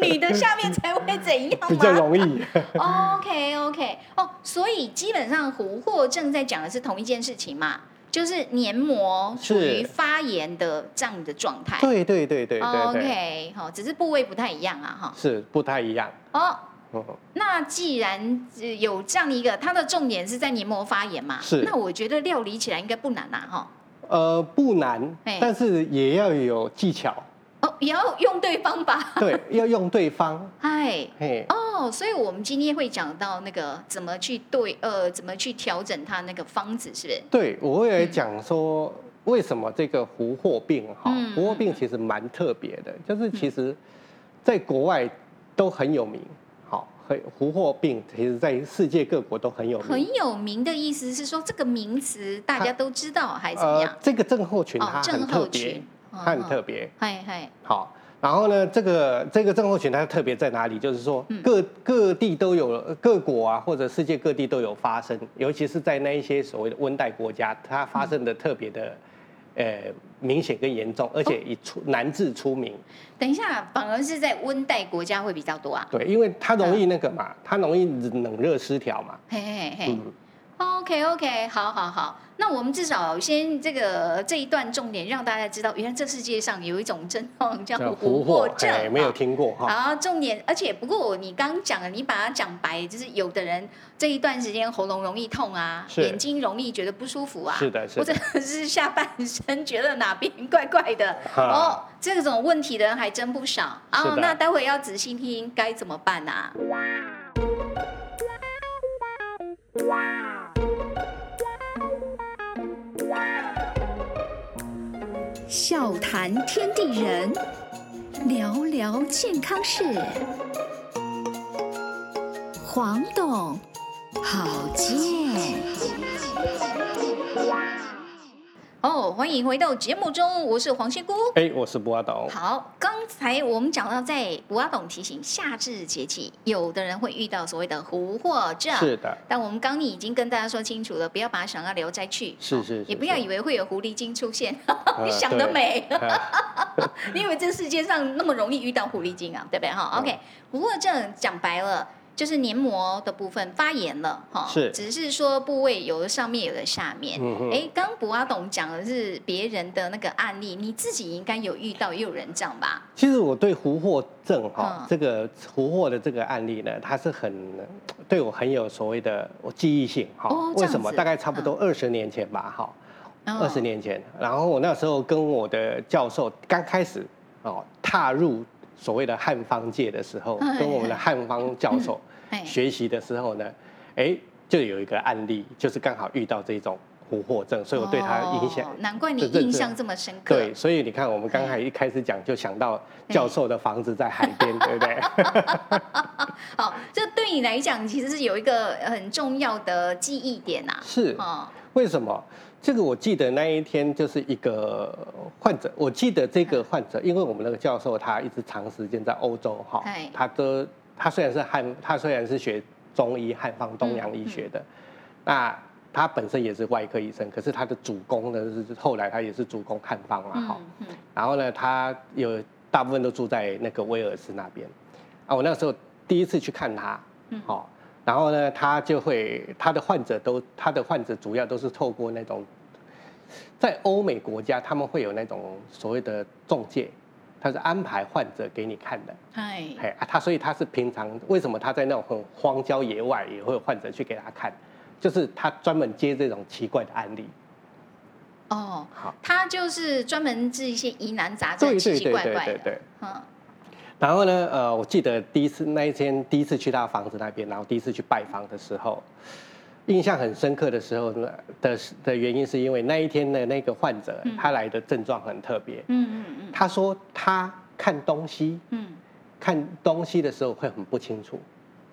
Speaker 1: 女的下面才会怎样吗？
Speaker 3: *laughs* 比较容易。
Speaker 1: OK *laughs* OK 哦，所以基本上琥珀症在讲的是同一件事情嘛，就是黏膜
Speaker 3: 是
Speaker 1: 处于发炎的这样的状态。
Speaker 3: 对对对对对对，
Speaker 1: OK 好、只是部位不太一样啊
Speaker 3: 是不太一样。
Speaker 1: 哈。哦，
Speaker 3: 嗯，
Speaker 1: 那既然呃有这样一个，它的重点是在黏膜发炎嘛，
Speaker 3: 是
Speaker 1: 那我觉得料理起来应该不难啦、哈。
Speaker 3: 呃，不难
Speaker 1: 嘿，
Speaker 3: 但是也要有技巧，
Speaker 1: 哦，也要用对方法。 *laughs*
Speaker 3: 对，要用对方。
Speaker 1: 哎，
Speaker 3: 嘿，
Speaker 1: 哦，所以我们今天会讲到那个怎么去对呃，怎么去调整它那个方子，是不是？
Speaker 3: 对我会来讲说，为什么这个狐霍病哈
Speaker 1: 嗯，
Speaker 3: 狐霍病其实蛮特别的，就是其实在国外都很有名，好，很狐霍病其实在世界各国都很有名。
Speaker 1: 很有名的意思是说这个名词大家都知道还是怎么样？
Speaker 3: 这个症候群它
Speaker 1: 哦，
Speaker 3: 呃很
Speaker 1: 症
Speaker 3: 特
Speaker 1: 候
Speaker 3: 别
Speaker 1: 群，，
Speaker 3: 它
Speaker 1: 哦
Speaker 3: 很特，别。
Speaker 1: 嗨嗨，
Speaker 3: 好，然后呢，这个这个症候群它特别在哪里？就是说
Speaker 1: 嗯
Speaker 3: 各各地都有，各国啊或者世界各地都有发生，尤其是在那一些所谓的温带国家，它发生的特别的。
Speaker 1: 嗯
Speaker 3: 呃，明显跟严重，而且
Speaker 1: 哦
Speaker 3: 以出难治出名，
Speaker 1: 等一下，反而是在温带国家会比较多啊，
Speaker 3: 对，因为它容易那个嘛，它容易冷热失调嘛，
Speaker 1: 嘿嘿嘿。
Speaker 3: 嗯，
Speaker 1: OK OK，好好好，那我们至少先这个这一段重点让大家知道，原来这世界上有一种症状叫
Speaker 3: 湖
Speaker 1: 琥珀症
Speaker 3: 哎，，没有听过哈，
Speaker 1: 啊好，重点，而且不过你刚讲了，你把它讲白，就是有的人这一段时间喉咙容易痛啊，
Speaker 3: 是
Speaker 1: 眼睛容易觉得不舒服啊，
Speaker 3: 是的是
Speaker 1: 或
Speaker 3: 的
Speaker 1: 者是下半身觉得哪边怪怪的，
Speaker 3: 哈
Speaker 1: 哦，这种问题的人还真不少
Speaker 3: 是
Speaker 1: 哦
Speaker 3: 的。
Speaker 1: 那待会要仔细听该怎么办啊？
Speaker 4: 笑谈天地人，聊聊健康事。黄董，好健。
Speaker 1: 哦，欢迎回到节目中，我是黄仙姑。
Speaker 3: 哎，我是博阿董，
Speaker 1: 好，刚才我们讲到在吴阿董提醒，夏至节气，有的人会遇到所谓的琥珀症，
Speaker 3: 是的，
Speaker 1: 但我们刚你已经跟大家说清楚了，不要把它想要聊斋去，
Speaker 3: 是是是
Speaker 1: 也不要
Speaker 3: 是
Speaker 1: 以为会有狐狸精出
Speaker 3: *laughs*
Speaker 1: 现，
Speaker 3: 呃
Speaker 1: 你想得
Speaker 3: 对
Speaker 1: 美。 *laughs*
Speaker 3: 哎
Speaker 1: 你以为这世界上那么容易遇到狐狸精啊？对不对哈
Speaker 3: 嗯
Speaker 1: ？OK，不过症讲白了。就是黏膜的部分发炎了，哈，
Speaker 3: 是
Speaker 1: 只是说部位有的上面，有的下面。
Speaker 3: 嗯哼
Speaker 1: 哎、刚博阿董讲的是别人的那个案例，你自己应该有遇到，也有人这样吧？
Speaker 3: 其实我对胡霍症哈、
Speaker 1: 嗯
Speaker 3: 这个胡霍的这个案例呢，它是很对我很有所谓的我记忆性哈、
Speaker 1: 哦这
Speaker 3: 为
Speaker 1: 样
Speaker 3: 什么？
Speaker 1: 子嗯
Speaker 3: 大概差不多二十年前吧，哈、
Speaker 1: 哦
Speaker 3: 二十年前。然后我那时候跟我的教授刚开始哦踏入所谓的汉方界的时候，
Speaker 1: 嗯
Speaker 3: 跟我们的汉方教授
Speaker 1: 哎，
Speaker 3: 学习的时候呢，哎，就有一个案例，就是刚好遇到这种胡霍症，所以我对他影响
Speaker 1: 哦，难怪你
Speaker 3: 的认
Speaker 1: 印
Speaker 3: 知
Speaker 1: 象这么深刻。
Speaker 3: 对，所以你看，我们刚才一开始讲就想到教授的房子在海边，对不对？
Speaker 1: 好，哦这对你来讲其实是有一个很重要的记忆点呐、
Speaker 3: 是
Speaker 1: 啊。
Speaker 3: 为什么？这个我记得那一天就是一个患者，我记得这个患者，因为我们那个教授他一直长时间在欧洲哈
Speaker 1: 哎，
Speaker 3: 他都他虽然是汉，他虽然是学中医汉方东洋医学的，那他本身也是外科医生，可是他的主攻呢是后来他也是主攻汉方嘛
Speaker 1: 嗯
Speaker 3: 哈。
Speaker 1: 嗯嗯，
Speaker 3: 然后呢，他有大部分都住在那个威尔斯那边。啊，我那时候第一次去看他，
Speaker 1: 嗯
Speaker 3: 好、然后呢，他就会他的患者都他的患者主要都是透过那种，在欧美国家他们会有那种所谓的中介，他是安排患者给你看的，
Speaker 1: 哎，
Speaker 3: 哎啊，他所以他是平常为什么他在那种很荒郊野外也会有患者去给他看，就是他专门接这种奇怪的案例，
Speaker 1: 哦
Speaker 3: 好，
Speaker 1: 他就是专门治一些疑难杂症，
Speaker 3: 对
Speaker 1: 奇
Speaker 3: 对
Speaker 1: 奇
Speaker 3: 对
Speaker 1: 怪
Speaker 3: 对
Speaker 1: 怪
Speaker 3: 对
Speaker 1: 的。
Speaker 3: 对。
Speaker 1: 嗯，
Speaker 3: 然后呢，呃，我记得第一次那一天第一次去他房子那边，然后第一次去拜访的时候，印象很深刻的时候呢的的原因是因为那一天的那个患者、
Speaker 1: 嗯
Speaker 3: 他来的症状很特别，
Speaker 1: 嗯嗯嗯
Speaker 3: 他说他看东西
Speaker 1: 嗯，
Speaker 3: 看东西的时候会很不清楚，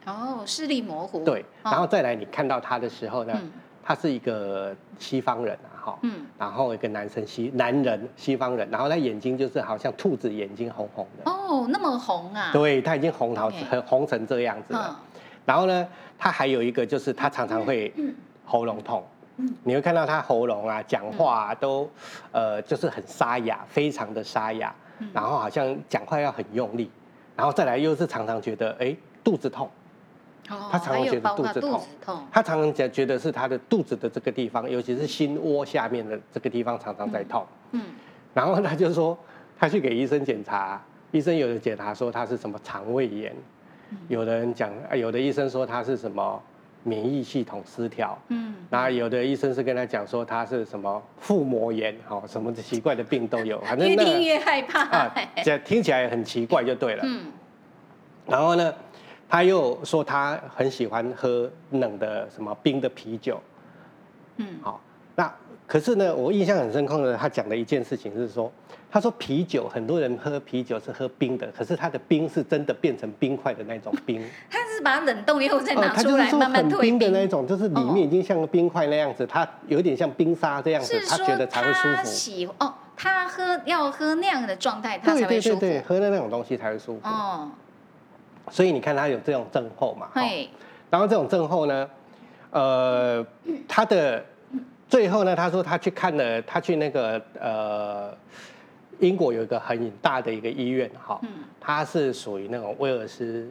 Speaker 1: 哦，视力模糊。
Speaker 3: 对，
Speaker 1: 哦
Speaker 3: 然后再来你看到他的时候呢，
Speaker 1: 嗯
Speaker 3: 他是一个西方人啊，哈，
Speaker 1: 嗯，
Speaker 3: 然后一个男生西男人西方人，然后他眼睛就是好像兔子眼睛红红的，
Speaker 1: 哦，那么红啊。
Speaker 3: 对他已经红到
Speaker 1: OK
Speaker 3: 很红成这样子了。
Speaker 1: 嗯，
Speaker 3: 然后呢，他还有一个就是他常常会喉咙痛，你会看到他喉咙啊、讲话啊都呃就是很沙哑，非常的沙哑，然后好像讲话要很用力，然后再来又是常常觉得哎肚子痛，
Speaker 1: 哦
Speaker 3: 他常
Speaker 1: 还
Speaker 3: 常觉
Speaker 1: 有
Speaker 3: 得
Speaker 1: 包
Speaker 3: 肚
Speaker 1: 括
Speaker 3: 子
Speaker 1: 肚
Speaker 3: 痛
Speaker 1: 子痛，
Speaker 3: 他常常讲觉得是他的肚子的这个地方，尤其是心窝下面的这个地方常常在痛，
Speaker 1: 嗯，
Speaker 3: 然后他就说他去给医生检查，医生有的检查说他是什么肠胃炎，有的人讲，啊有的医生说他是什么免疫系统失调，
Speaker 1: 嗯，
Speaker 3: 那有的医生是跟他讲说他是什么腹膜炎，哦，什么奇怪的病都有，反正
Speaker 1: 越
Speaker 3: 那
Speaker 1: 听
Speaker 3: 个
Speaker 1: 越害怕、
Speaker 3: 啊，这听起来很奇怪就对了。
Speaker 1: 嗯，
Speaker 3: 然后呢，他又说他很喜欢喝冷的什么冰的啤酒，
Speaker 1: 嗯，
Speaker 3: 好、那可是呢，我印象很深刻的，他讲的一件事情是说，他说啤酒很多人喝啤酒是喝冰的，可是他的冰是真的变成冰块的那种冰，
Speaker 1: 他是把它冷冻以后再
Speaker 3: 哦
Speaker 1: 拿
Speaker 3: 他就
Speaker 1: 出
Speaker 3: 是
Speaker 1: 来、
Speaker 3: 说
Speaker 1: 慢慢哦
Speaker 3: 很
Speaker 1: 退
Speaker 3: 冰的那种，就是里面已经像冰块那样子，它有点像冰沙这样子
Speaker 1: 是，
Speaker 3: 他觉
Speaker 1: 说
Speaker 3: 得才会舒
Speaker 1: 他
Speaker 3: 服。
Speaker 1: 喜哦，他喝要喝那样的状态，他
Speaker 3: 对
Speaker 1: 才会
Speaker 3: 对
Speaker 1: 舒
Speaker 3: 对
Speaker 1: 服。
Speaker 3: 对，喝的那种东西才会舒服。
Speaker 1: 哦，
Speaker 3: 所以你看他有这种症候嘛，哦
Speaker 1: 会，
Speaker 3: 然后这种症候呢，呃，他的最后呢，他说他去看了，他去那个呃，英国有一个很大的一个医院哈，它是属于那种威尔斯，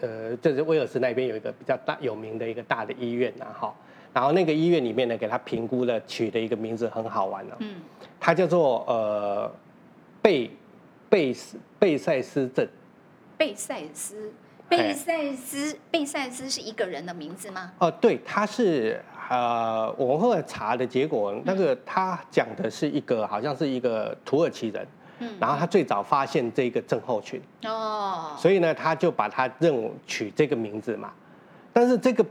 Speaker 3: 呃，就是威尔斯那边有一个比较大有名的一个大的医院呐、啊、哈，然后那个医院里面呢，给他评估了，取的一个名字很好玩哦，
Speaker 1: 嗯，
Speaker 3: 它叫做呃贝贝斯贝塞斯症，
Speaker 1: 贝塞斯，
Speaker 3: 嘿
Speaker 1: 贝塞斯，贝塞斯是一个人的名字吗？
Speaker 3: 哦，对，他是呃，我们后来查的结果，那
Speaker 1: 嗯
Speaker 3: 个他讲的是一个好像是一个土耳其人，
Speaker 1: 嗯
Speaker 3: 然后他最早发现这个症候群，
Speaker 1: 哦，
Speaker 3: 所以呢，他就把他认为取这个名字嘛。但是这个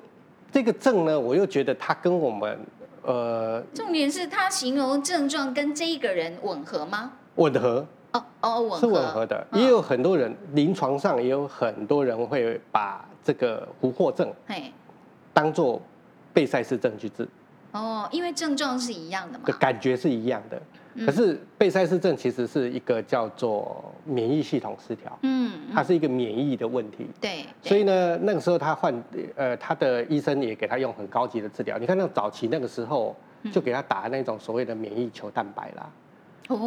Speaker 3: 这个症呢，我又觉得他跟我们呃
Speaker 1: 重点是他形容症状跟这一个人吻合吗？
Speaker 3: 吻合，
Speaker 1: 哦哦，吻合
Speaker 3: 是吻合的。
Speaker 1: 嗯
Speaker 3: 也有很多人临床上也有很多人会把这个胡惑症
Speaker 1: 嘿，
Speaker 3: 当做贝塞斯症去治。
Speaker 1: 哦，因为症状是一样的嘛
Speaker 3: 的。感觉是一样的。
Speaker 1: 嗯
Speaker 3: 可是贝塞斯症其实是一个叫做免疫系统失调，
Speaker 1: 嗯，
Speaker 3: 它是一个免疫的问题。
Speaker 1: 对，对
Speaker 3: 啊所以呢，那个时候他患呃，他的医生也给他用很高级的治疗。你看那个早期那个时候，
Speaker 1: 嗯
Speaker 3: 就给他打那种所谓的免疫球蛋白啦，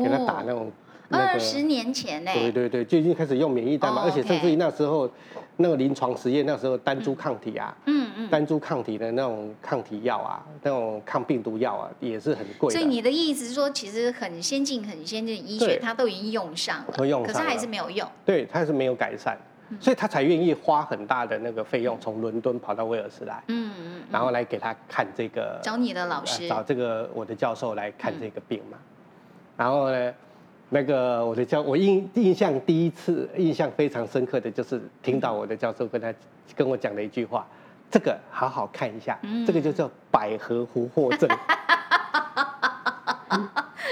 Speaker 3: 给他打那
Speaker 1: 哦，
Speaker 3: 种那
Speaker 1: 二
Speaker 3: 个。
Speaker 1: 十年前呢，
Speaker 3: 对对对，就已经开始用免疫蛋
Speaker 1: 哦
Speaker 3: 白，而且
Speaker 1: OK
Speaker 3: 甚至于那时候那个临床实验，那时候单株抗体啊，
Speaker 1: 嗯嗯。
Speaker 3: 单株抗体的那种抗体药啊，那种抗病毒药啊，也是很贵的。
Speaker 1: 所以你的意思是说，其实很先进、很先进的医学，
Speaker 3: 对
Speaker 1: 它都已经用上了，
Speaker 3: 都用
Speaker 1: 可
Speaker 3: 上
Speaker 1: 是还
Speaker 3: 了
Speaker 1: 是没有用。
Speaker 3: 对，他是没有改善，
Speaker 1: 嗯
Speaker 3: 所以他才愿意花很大的那个费用从伦敦跑到威尔士来，
Speaker 1: 嗯嗯，
Speaker 3: 然后来给他看这个
Speaker 1: 找嗯你的老
Speaker 3: 呃
Speaker 1: 师，
Speaker 3: 找这个我的教授来看这个病嘛。然后呢，那个我的教我印印象第一次印象非常深刻的就是听到我的教授跟他跟我讲的一句话，这个好好看一下，
Speaker 1: 嗯
Speaker 3: 这个就叫百合湖惑
Speaker 1: *laughs*
Speaker 3: 症。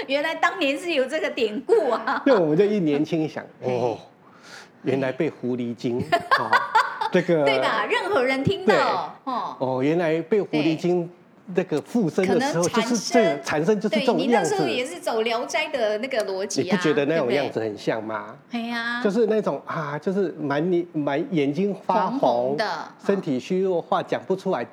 Speaker 1: 原来当年是有这个典故啊。
Speaker 3: 那我们就一年轻
Speaker 1: *laughs*
Speaker 3: 一想，哦，原来被狐狸精，哦，这
Speaker 1: *laughs*
Speaker 3: 个
Speaker 1: 对吧？任何人听到哦，
Speaker 3: 哦，原来被狐狸精那个附身的时候，
Speaker 1: 可
Speaker 3: 就
Speaker 1: 能
Speaker 3: 是这个
Speaker 1: 产
Speaker 3: 产生就是这
Speaker 1: 对
Speaker 3: 种
Speaker 1: 你那
Speaker 3: 样
Speaker 1: 时
Speaker 3: 子
Speaker 1: 候，也是走《聊斋》的那个逻辑
Speaker 3: 你
Speaker 1: 啊，
Speaker 3: 不觉得那
Speaker 1: 对
Speaker 3: 种
Speaker 1: 不对
Speaker 3: 样子？很像吗？
Speaker 1: 哎呀，
Speaker 3: 就是那种啊，就是满你满眼睛发
Speaker 1: 红
Speaker 3: 红
Speaker 1: 红的哎
Speaker 3: 身体虚弱，话讲不出来，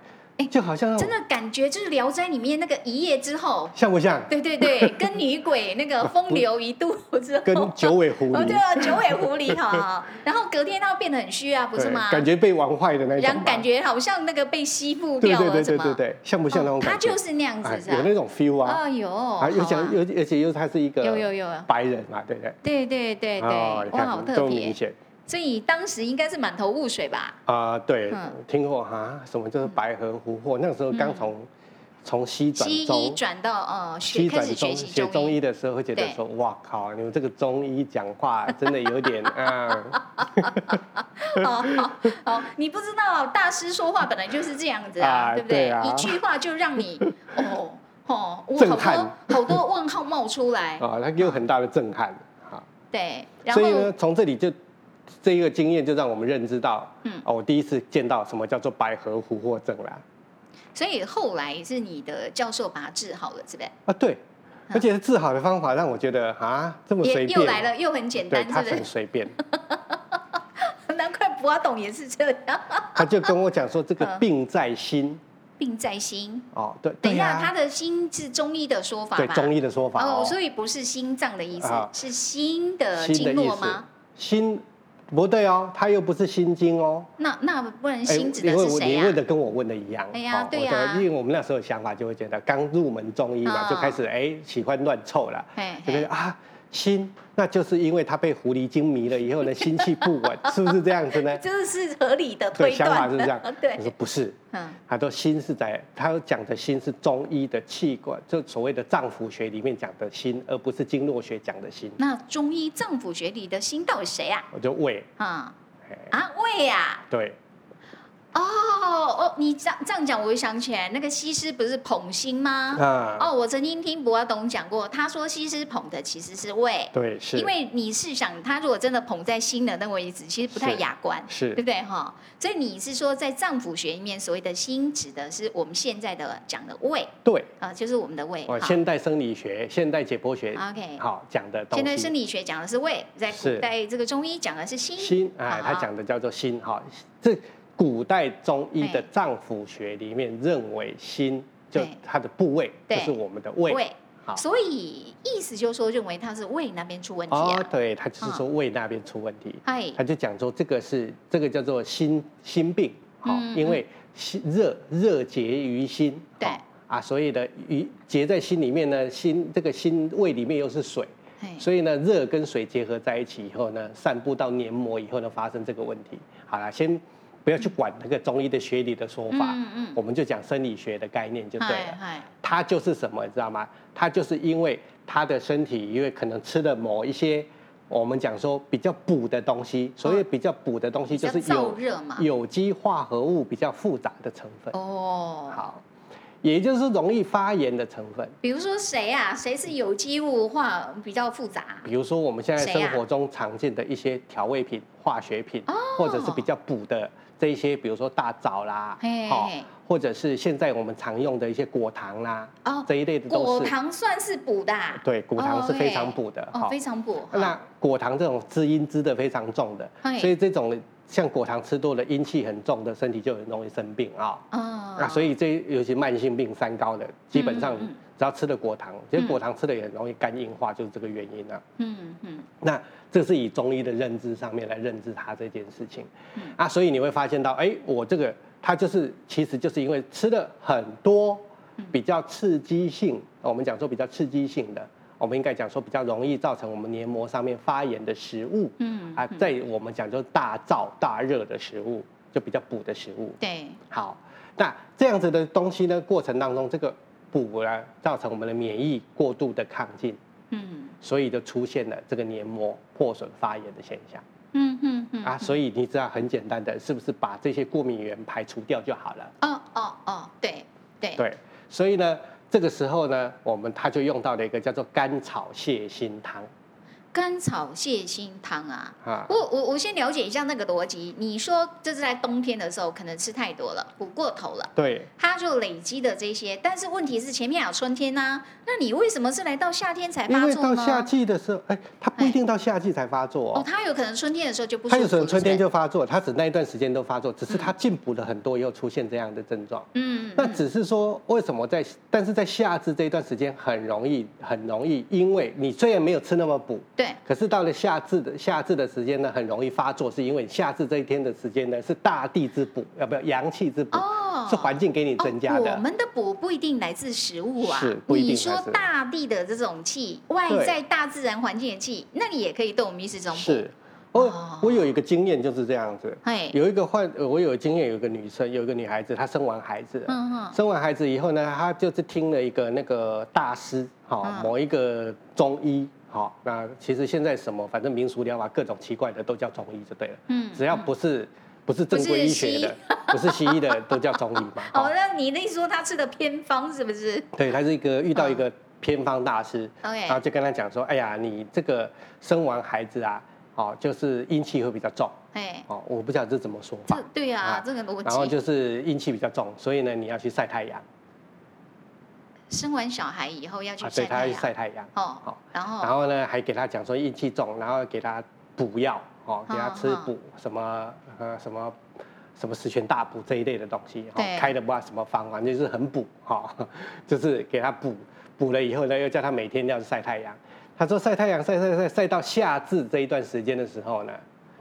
Speaker 3: 就好像那
Speaker 1: 真
Speaker 3: 种
Speaker 1: 的感觉就是《聊斋》里面那个一夜之后，
Speaker 3: 像
Speaker 1: *laughs*
Speaker 3: 不像？
Speaker 1: 对对
Speaker 3: *laughs*
Speaker 1: 对，跟女鬼那个风流一度之后，
Speaker 3: 跟九尾狐
Speaker 1: 哦对
Speaker 3: 狸，
Speaker 1: 啊，九尾狐狸哈，然后隔天它变得很虚啊，不是
Speaker 3: 对
Speaker 1: 吗？
Speaker 3: 感觉被玩坏的那种
Speaker 1: 然后
Speaker 3: 吧，
Speaker 1: 感觉好像那个被吸附
Speaker 3: 对
Speaker 1: 掉
Speaker 3: 对
Speaker 1: 了，
Speaker 3: 对
Speaker 1: 怎
Speaker 3: 对
Speaker 1: 么？
Speaker 3: 对对，像不像那种
Speaker 1: 哦
Speaker 3: 感
Speaker 1: 他
Speaker 3: 觉？
Speaker 1: 就是那样子，
Speaker 3: 哎
Speaker 1: 是吧
Speaker 3: 有那种 feel 啊，
Speaker 1: 哎呦，
Speaker 3: 啊，又
Speaker 1: 好
Speaker 3: 讲
Speaker 1: 啊
Speaker 3: 又而且又他是一个
Speaker 1: 有有有啊
Speaker 3: 白人嘛，对不对？
Speaker 1: 对对对
Speaker 3: 哦
Speaker 1: 对，
Speaker 3: 你
Speaker 1: 哇，
Speaker 3: 看
Speaker 1: 好
Speaker 3: 这
Speaker 1: 特
Speaker 3: 么明
Speaker 1: 别，
Speaker 3: 显。
Speaker 1: 所以当时应该是满头雾水吧？
Speaker 3: 啊、对，
Speaker 1: 嗯
Speaker 3: 听过啊，什么就是白河湖泊，那个时候刚从从西
Speaker 1: 嗯
Speaker 3: 转
Speaker 1: 西医
Speaker 3: 中，
Speaker 1: 转到呃学
Speaker 3: 西
Speaker 1: 开
Speaker 3: 转
Speaker 1: 始
Speaker 3: 中
Speaker 1: 学习
Speaker 3: 学中医
Speaker 1: 医，
Speaker 3: 的时候，会觉得
Speaker 1: 对
Speaker 3: 说，哇靠，你们这个中医讲
Speaker 1: *laughs*
Speaker 3: 话真的有点啊
Speaker 1: 哦哦哦，你不知道大师说话本来就是这样子
Speaker 3: *laughs*
Speaker 1: 啊，
Speaker 3: 啊
Speaker 1: 对不对
Speaker 3: 对？啊
Speaker 1: 一句话就让
Speaker 3: *laughs*
Speaker 1: 你哦哦，我好
Speaker 3: 震撼
Speaker 1: 多好多问号冒出
Speaker 3: *laughs*
Speaker 1: 来，
Speaker 3: 啊，他给我很大的震撼啊。
Speaker 1: 对，然
Speaker 3: 所以
Speaker 1: 后
Speaker 3: 呢，从这里就这一个经验就让我们认知到，嗯，哦，我第一次见到什么叫做白河湖泊症啦，
Speaker 1: 所以后来是你的教授把它治好了，是不是？
Speaker 3: 啊，对，而且治好的方法让我觉得啊，这
Speaker 1: 嗯
Speaker 3: 么
Speaker 1: 也
Speaker 3: 随
Speaker 1: 又来 *laughs*
Speaker 3: 便，
Speaker 1: 了，又很简
Speaker 3: 对，
Speaker 1: 单，
Speaker 3: 他
Speaker 1: 是不
Speaker 3: 很
Speaker 1: 是？
Speaker 3: 随便。
Speaker 1: 难怪博阿董也是这样， *laughs*
Speaker 3: 他就跟我讲说这个
Speaker 1: 嗯
Speaker 3: 病在心
Speaker 1: 病在心。
Speaker 3: 哦，对，
Speaker 1: 等一
Speaker 3: 对
Speaker 1: 下，
Speaker 3: 啊
Speaker 1: 他的心是中医的说法
Speaker 3: 对
Speaker 1: 吧？
Speaker 3: 中医的说法
Speaker 1: 哦
Speaker 3: 哦，，
Speaker 1: 所以不是心脏的意思
Speaker 3: 啊，
Speaker 1: 是心的
Speaker 3: 心的
Speaker 1: 经
Speaker 3: 意
Speaker 1: 络
Speaker 3: 思
Speaker 1: 吗？
Speaker 3: 心不对哦，他又不是心经哦。
Speaker 1: 那那不然
Speaker 3: 哎
Speaker 1: 心指
Speaker 3: 你
Speaker 1: 的
Speaker 3: 问
Speaker 1: 是
Speaker 3: 我
Speaker 1: 谁啊
Speaker 3: 你
Speaker 1: 呀
Speaker 3: 问？的跟我问的一样。
Speaker 1: 哎呀
Speaker 3: 哦
Speaker 1: 对
Speaker 3: 我的
Speaker 1: 呀
Speaker 3: 因为我们那时候的想法就会觉得刚入门中医嘛，
Speaker 1: 嗯
Speaker 3: 就开始哎喜欢乱凑了，
Speaker 1: 哎
Speaker 3: 就觉得
Speaker 1: 哎
Speaker 3: 啊心，那就是因为他被狐狸精迷了以后呢，心气不稳， *laughs* 是不是这样子
Speaker 1: *laughs*
Speaker 3: 呢？
Speaker 1: 这是合理的
Speaker 3: 对，
Speaker 1: 推
Speaker 3: 想法
Speaker 1: 断
Speaker 3: 是这样
Speaker 1: 的。
Speaker 3: 我
Speaker 1: *laughs*
Speaker 3: 说
Speaker 1: 对，
Speaker 3: 不是，
Speaker 1: 嗯，
Speaker 3: 他说心是在他讲的心是中医的气管，就所谓的脏腑学里面讲的心，而不是经络学讲的心。
Speaker 1: 那中医脏腑学里的心到底谁啊？
Speaker 3: 我就胃，
Speaker 1: 啊
Speaker 3: 哎
Speaker 1: 啊胃呀！
Speaker 3: 对，
Speaker 1: 哦哦，你这样这样讲，我就想起来，那个西施不是捧心吗？
Speaker 3: 啊，
Speaker 1: 哦，我曾经听博阿董讲过，他说西施捧的其实是胃，
Speaker 3: 对，是
Speaker 1: 因，为你是想他如果真的捧在心的那个位置，其实不太
Speaker 3: 是
Speaker 1: 雅观。
Speaker 3: 是
Speaker 1: 对不对哈？所以你是说，在脏腑学里面，所谓的心指的是我们现在的讲的胃
Speaker 3: 对。
Speaker 1: 啊、呃就是我们的胃。
Speaker 3: 哦，
Speaker 1: 好
Speaker 3: 现代生理学、现代解剖学
Speaker 1: OK
Speaker 3: 好讲的东
Speaker 1: 现
Speaker 3: 西。
Speaker 1: 在生理学讲的是胃，在古
Speaker 3: 是
Speaker 1: 代这个中医讲的是心。
Speaker 3: 心，哎，他
Speaker 1: 好
Speaker 3: 讲的叫做心，哈，这古代中医的
Speaker 1: 对
Speaker 3: 脏腑学里面认为心就
Speaker 1: 对
Speaker 3: 它的部位就
Speaker 1: 对
Speaker 3: 是我们的胃。哦好
Speaker 1: 所以意思就是说，认为它是胃那边出问题
Speaker 3: 哦
Speaker 1: 啊。，
Speaker 3: 对，他只是说胃那边出问题，
Speaker 1: 哎、
Speaker 3: 他就讲说这个是这个叫做心心病，好，
Speaker 1: 嗯
Speaker 3: 因为心热热结于心，
Speaker 1: 对
Speaker 3: 好啊，所以呢，于结在心里面呢，心这个心胃里面又是水。
Speaker 1: 哎
Speaker 3: 所以呢，热跟水结合在一起以后呢，散布到黏膜以后呢，发生这个问题。好啦，先不要去管那个中医的学理的说法，
Speaker 1: 嗯嗯
Speaker 3: 我们就讲生理学的概念就对
Speaker 1: 哎
Speaker 3: 了。
Speaker 1: 哎
Speaker 3: 它就是什么，你知道吗？它就是因为他的身体，因为可能吃了某一些我们讲说比较补的东西，所谓比较补的东西
Speaker 1: 嗯比
Speaker 3: 就
Speaker 1: 较
Speaker 3: 是
Speaker 1: 燥
Speaker 3: 有
Speaker 1: 热嘛。
Speaker 3: 有机化合物比较复杂的成分，
Speaker 1: 哦，
Speaker 3: 好，也就是容易发炎的成分。
Speaker 1: 比如说谁啊？谁是有机物化比较复杂啊、
Speaker 3: 比如说我们现在生活中常见的一些调味品、化学品，
Speaker 1: 哦
Speaker 3: 或者是比较补的这一些，比如说大枣啦，
Speaker 1: 嘿
Speaker 3: 好
Speaker 1: 嘿，
Speaker 3: 或者是现在我们常用的一些果糖啦，
Speaker 1: 哦
Speaker 3: 这一类的都
Speaker 1: 果
Speaker 3: 是
Speaker 1: 糖算是补的、啊。
Speaker 3: 对果糖是非常补的
Speaker 1: 哦，
Speaker 3: 哈
Speaker 1: 非常补。
Speaker 3: 那果糖这种滋阴滋的非常重的
Speaker 1: 嘿，
Speaker 3: 所以这种像果糖吃多了，阴气很重的，身体就很容易生病啊。
Speaker 1: 啊
Speaker 3: 啊，所以这尤其慢性病三高的，基本上
Speaker 1: 嗯嗯嗯
Speaker 3: 只要吃了果糖，其实
Speaker 1: 嗯
Speaker 3: 果糖吃的也很容易肝硬化，就是这个原因啊。
Speaker 1: 嗯嗯，
Speaker 3: 那这是以中医的认知上面来认知它这件事情
Speaker 1: 嗯，
Speaker 3: 啊，所以你会发现到，哎，我这个它就是其实就是因为吃了很多比较刺激性，我们讲说比较刺激性的，我们应该讲说比较容易造成我们黏膜上面发炎的食物，
Speaker 1: 嗯
Speaker 3: 啊，在我们讲究大燥大热的食物，就比较补的食物。
Speaker 1: 对，
Speaker 3: 好，那这样子的东西呢，过程当中这个补呢，造成我们的免疫过度的亢进。
Speaker 1: 嗯
Speaker 3: 所以就出现了这个黏膜破损发炎的现象
Speaker 1: 嗯嗯嗯
Speaker 3: 啊。所以你只要很简单的，是不是把这些过敏源排除掉就好了？
Speaker 1: 哦哦哦，对对，
Speaker 3: 对，所以呢，这个时候呢，我们它就用到了一个叫做甘草泻心汤
Speaker 1: 甘草泻心汤啊。
Speaker 3: 啊。
Speaker 1: 我我我先了解一下那个逻辑。你说这是在冬天的时候，可能吃太多了，补过头了，
Speaker 3: 对，
Speaker 1: 它就累积的这些。但是问题是前面还有春天呐、那你为什么是来到夏天才
Speaker 3: 因
Speaker 1: 发
Speaker 3: 为
Speaker 1: 作
Speaker 3: 到夏
Speaker 1: 呢？
Speaker 3: 季的时候，哎，它不一定到夏季才发作
Speaker 1: 哦，
Speaker 3: 哦。
Speaker 1: 它有可能春天的时候就不舒服，
Speaker 3: 它有可能春天
Speaker 1: 是
Speaker 3: 就发作，它只那一段时间都发作，只是
Speaker 1: 嗯
Speaker 3: 它进补了很多以后出现这样的症状。
Speaker 1: 不是嗯，
Speaker 3: 那
Speaker 1: 嗯
Speaker 3: 只是说，为什么在，但是在夏至这一段时间很容易，很容易，因为你虽然没有吃那么补，
Speaker 1: 对
Speaker 3: 可是到了夏至的夏至的时间呢，很容易发作，是因为夏至这一天的时间呢是大地之补，要不要阳气之补，
Speaker 1: 哦，
Speaker 3: 是环境给你增加
Speaker 1: 哦。我
Speaker 3: 的。
Speaker 1: 们的补不一定来自食物啊，
Speaker 3: 是不一定
Speaker 1: 你说
Speaker 3: 来自
Speaker 1: 大地的这种气，外
Speaker 3: 对
Speaker 1: 在大自然环境的气，那你也可以对我们意识中补。
Speaker 3: 是，
Speaker 1: 哦哎
Speaker 3: 我我有一个经验就是这样子，
Speaker 1: 嘿，
Speaker 3: 有一个患，呃我有经验，有一个女生，有一个女孩子，她生完孩子了，
Speaker 1: 嗯哼
Speaker 3: 生完孩子以后呢，她就是听了一个那个大师，哈、
Speaker 1: 嗯
Speaker 3: 某一个中医，哈、那其实现在什么，反正民俗疗法各种奇怪的都叫中医就对了，
Speaker 1: 嗯
Speaker 3: 只要不是不是正规医学的，不是西医的都叫中医嘛，
Speaker 1: *laughs* 哦
Speaker 3: 哈，
Speaker 1: 那你那说他吃的偏方是不是？
Speaker 3: 对，他是一个遇到一
Speaker 1: 嗯
Speaker 3: 个偏方大师，
Speaker 1: OK
Speaker 3: 然后就跟他讲说，哎呀，你这个生完孩子啊，哦，就是阴气会比较重，
Speaker 1: 哎，
Speaker 3: 哦，我不晓得这怎么说法
Speaker 1: 这，对啊，
Speaker 3: 啊
Speaker 1: 这个逻
Speaker 3: 然后
Speaker 1: 辑。
Speaker 3: 就是阴气比较重，所以呢，你要去晒太阳
Speaker 1: 生完小孩以后要去
Speaker 3: 啊，
Speaker 1: 晒
Speaker 3: 对，他
Speaker 1: 太
Speaker 3: 要去
Speaker 1: 阳。
Speaker 3: 晒太阳。
Speaker 1: 哦
Speaker 3: 好，
Speaker 1: 然后
Speaker 3: 然后呢，还给他讲说阴气重，然后给他补药，哦，给他
Speaker 1: 嗯
Speaker 3: 吃
Speaker 1: 嗯
Speaker 3: 补什么呃什么什么十全大补这一类的东西，哦
Speaker 1: 对，
Speaker 3: 开的不知道什么方，反正就是很补哈、哦， *laughs* 就是给他补补了以后呢，又叫他每天要晒太阳。他说晒太阳晒晒晒晒到夏至这一段时间的时候呢，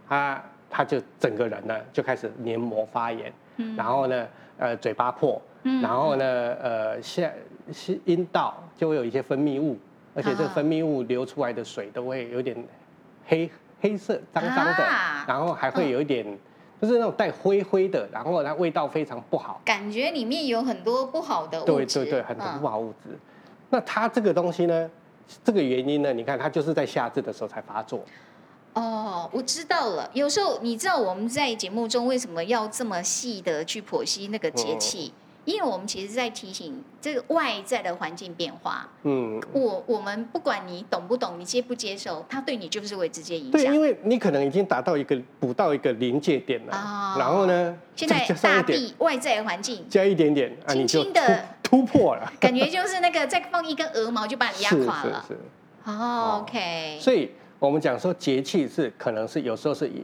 Speaker 3: 他他就整个人呢就开始黏膜发炎，然后呢呃嘴巴破，
Speaker 1: 嗯
Speaker 3: 然后呢呃下是阴道就会有一些分泌物，而且这个
Speaker 1: 啊
Speaker 3: 分泌物流出来的水都会有点黑黑色脏脏的，
Speaker 1: 啊
Speaker 3: 然后还会有一点。就是那种带灰灰的，然后它味道非常不好，
Speaker 1: 感觉里面有很多不好的物
Speaker 3: 对
Speaker 1: 质，
Speaker 3: 对对，很多
Speaker 1: 嗯
Speaker 3: 不好物质。那它这个东西呢，这个原因呢，你看它就是在夏至的时候才发作，
Speaker 1: 哦，我知道了。有时候你知道我们在节目中为什么要这么细的去剖析那个
Speaker 3: 嗯
Speaker 1: 节气？因为我们其实在提醒这个外在的环境变化。
Speaker 3: 嗯，
Speaker 1: 我我们不管你懂不懂，你接不接受，它对你就是会直接影
Speaker 3: 对，因
Speaker 1: 响。
Speaker 3: 为你可能已经达到一个补到一个临界点了，
Speaker 1: 哦
Speaker 3: 然后呢，
Speaker 1: 现
Speaker 3: 再
Speaker 1: 在
Speaker 3: 加上
Speaker 1: 大
Speaker 3: 一点，
Speaker 1: 地外在环境，
Speaker 3: 加一点点啊，
Speaker 1: 轻
Speaker 3: 你就
Speaker 1: 轻
Speaker 3: 突
Speaker 1: 地
Speaker 3: 突破了，
Speaker 1: 感觉就是那个再放一根鹅毛就把你压
Speaker 3: 是
Speaker 1: 垮了。
Speaker 3: 是
Speaker 1: 哦，OK，
Speaker 3: 是，所以我们讲说节气是可能是有时候是以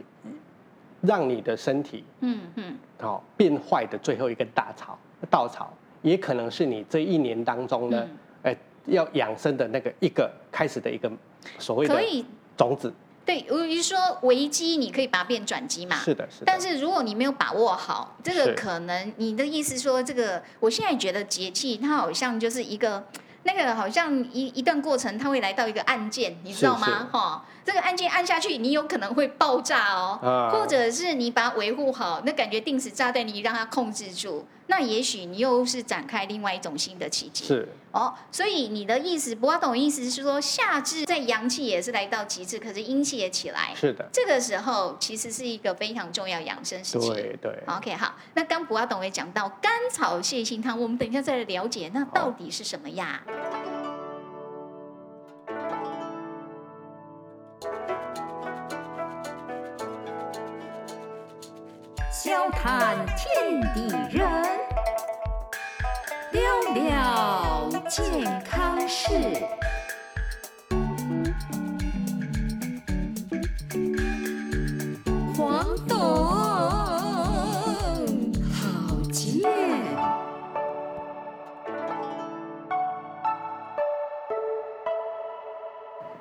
Speaker 3: 让你的身体
Speaker 1: 嗯嗯，
Speaker 3: 好、变坏的最后一根大草稻草，也可能是你这一年当中呢，
Speaker 1: 嗯
Speaker 3: 哎、要养生的那个一个开始的一个所谓的
Speaker 1: 可以。
Speaker 3: 种子，
Speaker 1: 对，我是说危机，你可以把它变转机嘛。
Speaker 3: 是的，是的，
Speaker 1: 但是如果你没有把握好，这个
Speaker 3: 是
Speaker 1: 可能你的意思说，这个我现在觉得节气它好像就是一个那个好像一一段过程，它会来到一个按键，你知道吗？哈，这个按键按下去，你有可能会爆炸哦，
Speaker 3: 啊
Speaker 1: 或者是你把它维护好，那感觉定时炸弹你让它控制住，那也许你又是展开另外一种新的奇迹。
Speaker 3: 是
Speaker 1: 哦，所以你的意思，不要懂我意思是说，夏至在阳气也是来到极致，可是阴气也起来。
Speaker 3: 是的，
Speaker 1: 这个时候其实是一个非常重要养生时期。
Speaker 3: 对对。
Speaker 1: OK，好，那刚不要董也讲到甘草泻心汤，我们等一下再来了解那到底是什么呀？
Speaker 4: 笑谈天地人，聊聊健康事。黄董，好见。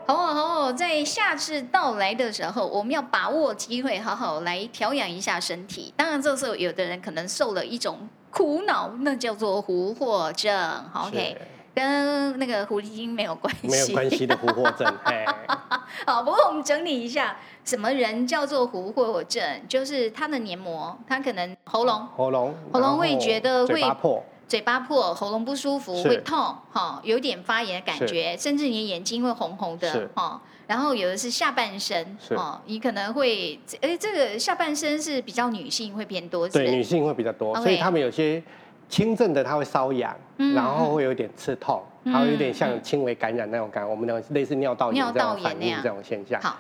Speaker 1: 好哦，好哦，在夏至到来的时候，我们要把握机会，好好来调养一下身体。当然，这时候有的人可能受了一种苦恼，那叫做胡惑症。好 OK，跟那个狐狸精没有关系，
Speaker 3: *laughs* 是没有关系的胡惑症，嘿，
Speaker 1: *laughs* 好，不过我们整理一下，什么人叫做胡惑症？就是他的黏膜，他可能喉咙、
Speaker 3: 喉咙
Speaker 1: 喉咙会
Speaker 3: 然后
Speaker 1: 觉得会
Speaker 3: 嘴巴破，
Speaker 1: 嘴巴破，喉咙不舒服，
Speaker 3: 是
Speaker 1: 会痛，哈、有点发炎的感觉，甚至你的眼睛会红红的
Speaker 3: 是，
Speaker 1: 哈、然后有的是下半身
Speaker 3: 是，
Speaker 1: 哦，你可能会，哎，这个下半身是比较女性会偏多，是不
Speaker 3: 对
Speaker 1: 是
Speaker 3: 女性会比较多，所以
Speaker 1: OK
Speaker 3: 他们有些轻症的他会瘙痒
Speaker 1: 嗯，
Speaker 3: 然后会有点刺痛，还会有点
Speaker 1: 嗯
Speaker 3: 像轻微感染那种感，我们的类似尿道炎
Speaker 1: 尿
Speaker 3: 这
Speaker 1: 道
Speaker 3: 种
Speaker 1: 炎
Speaker 3: 反
Speaker 1: 那样
Speaker 3: 应这种现象。
Speaker 1: 好，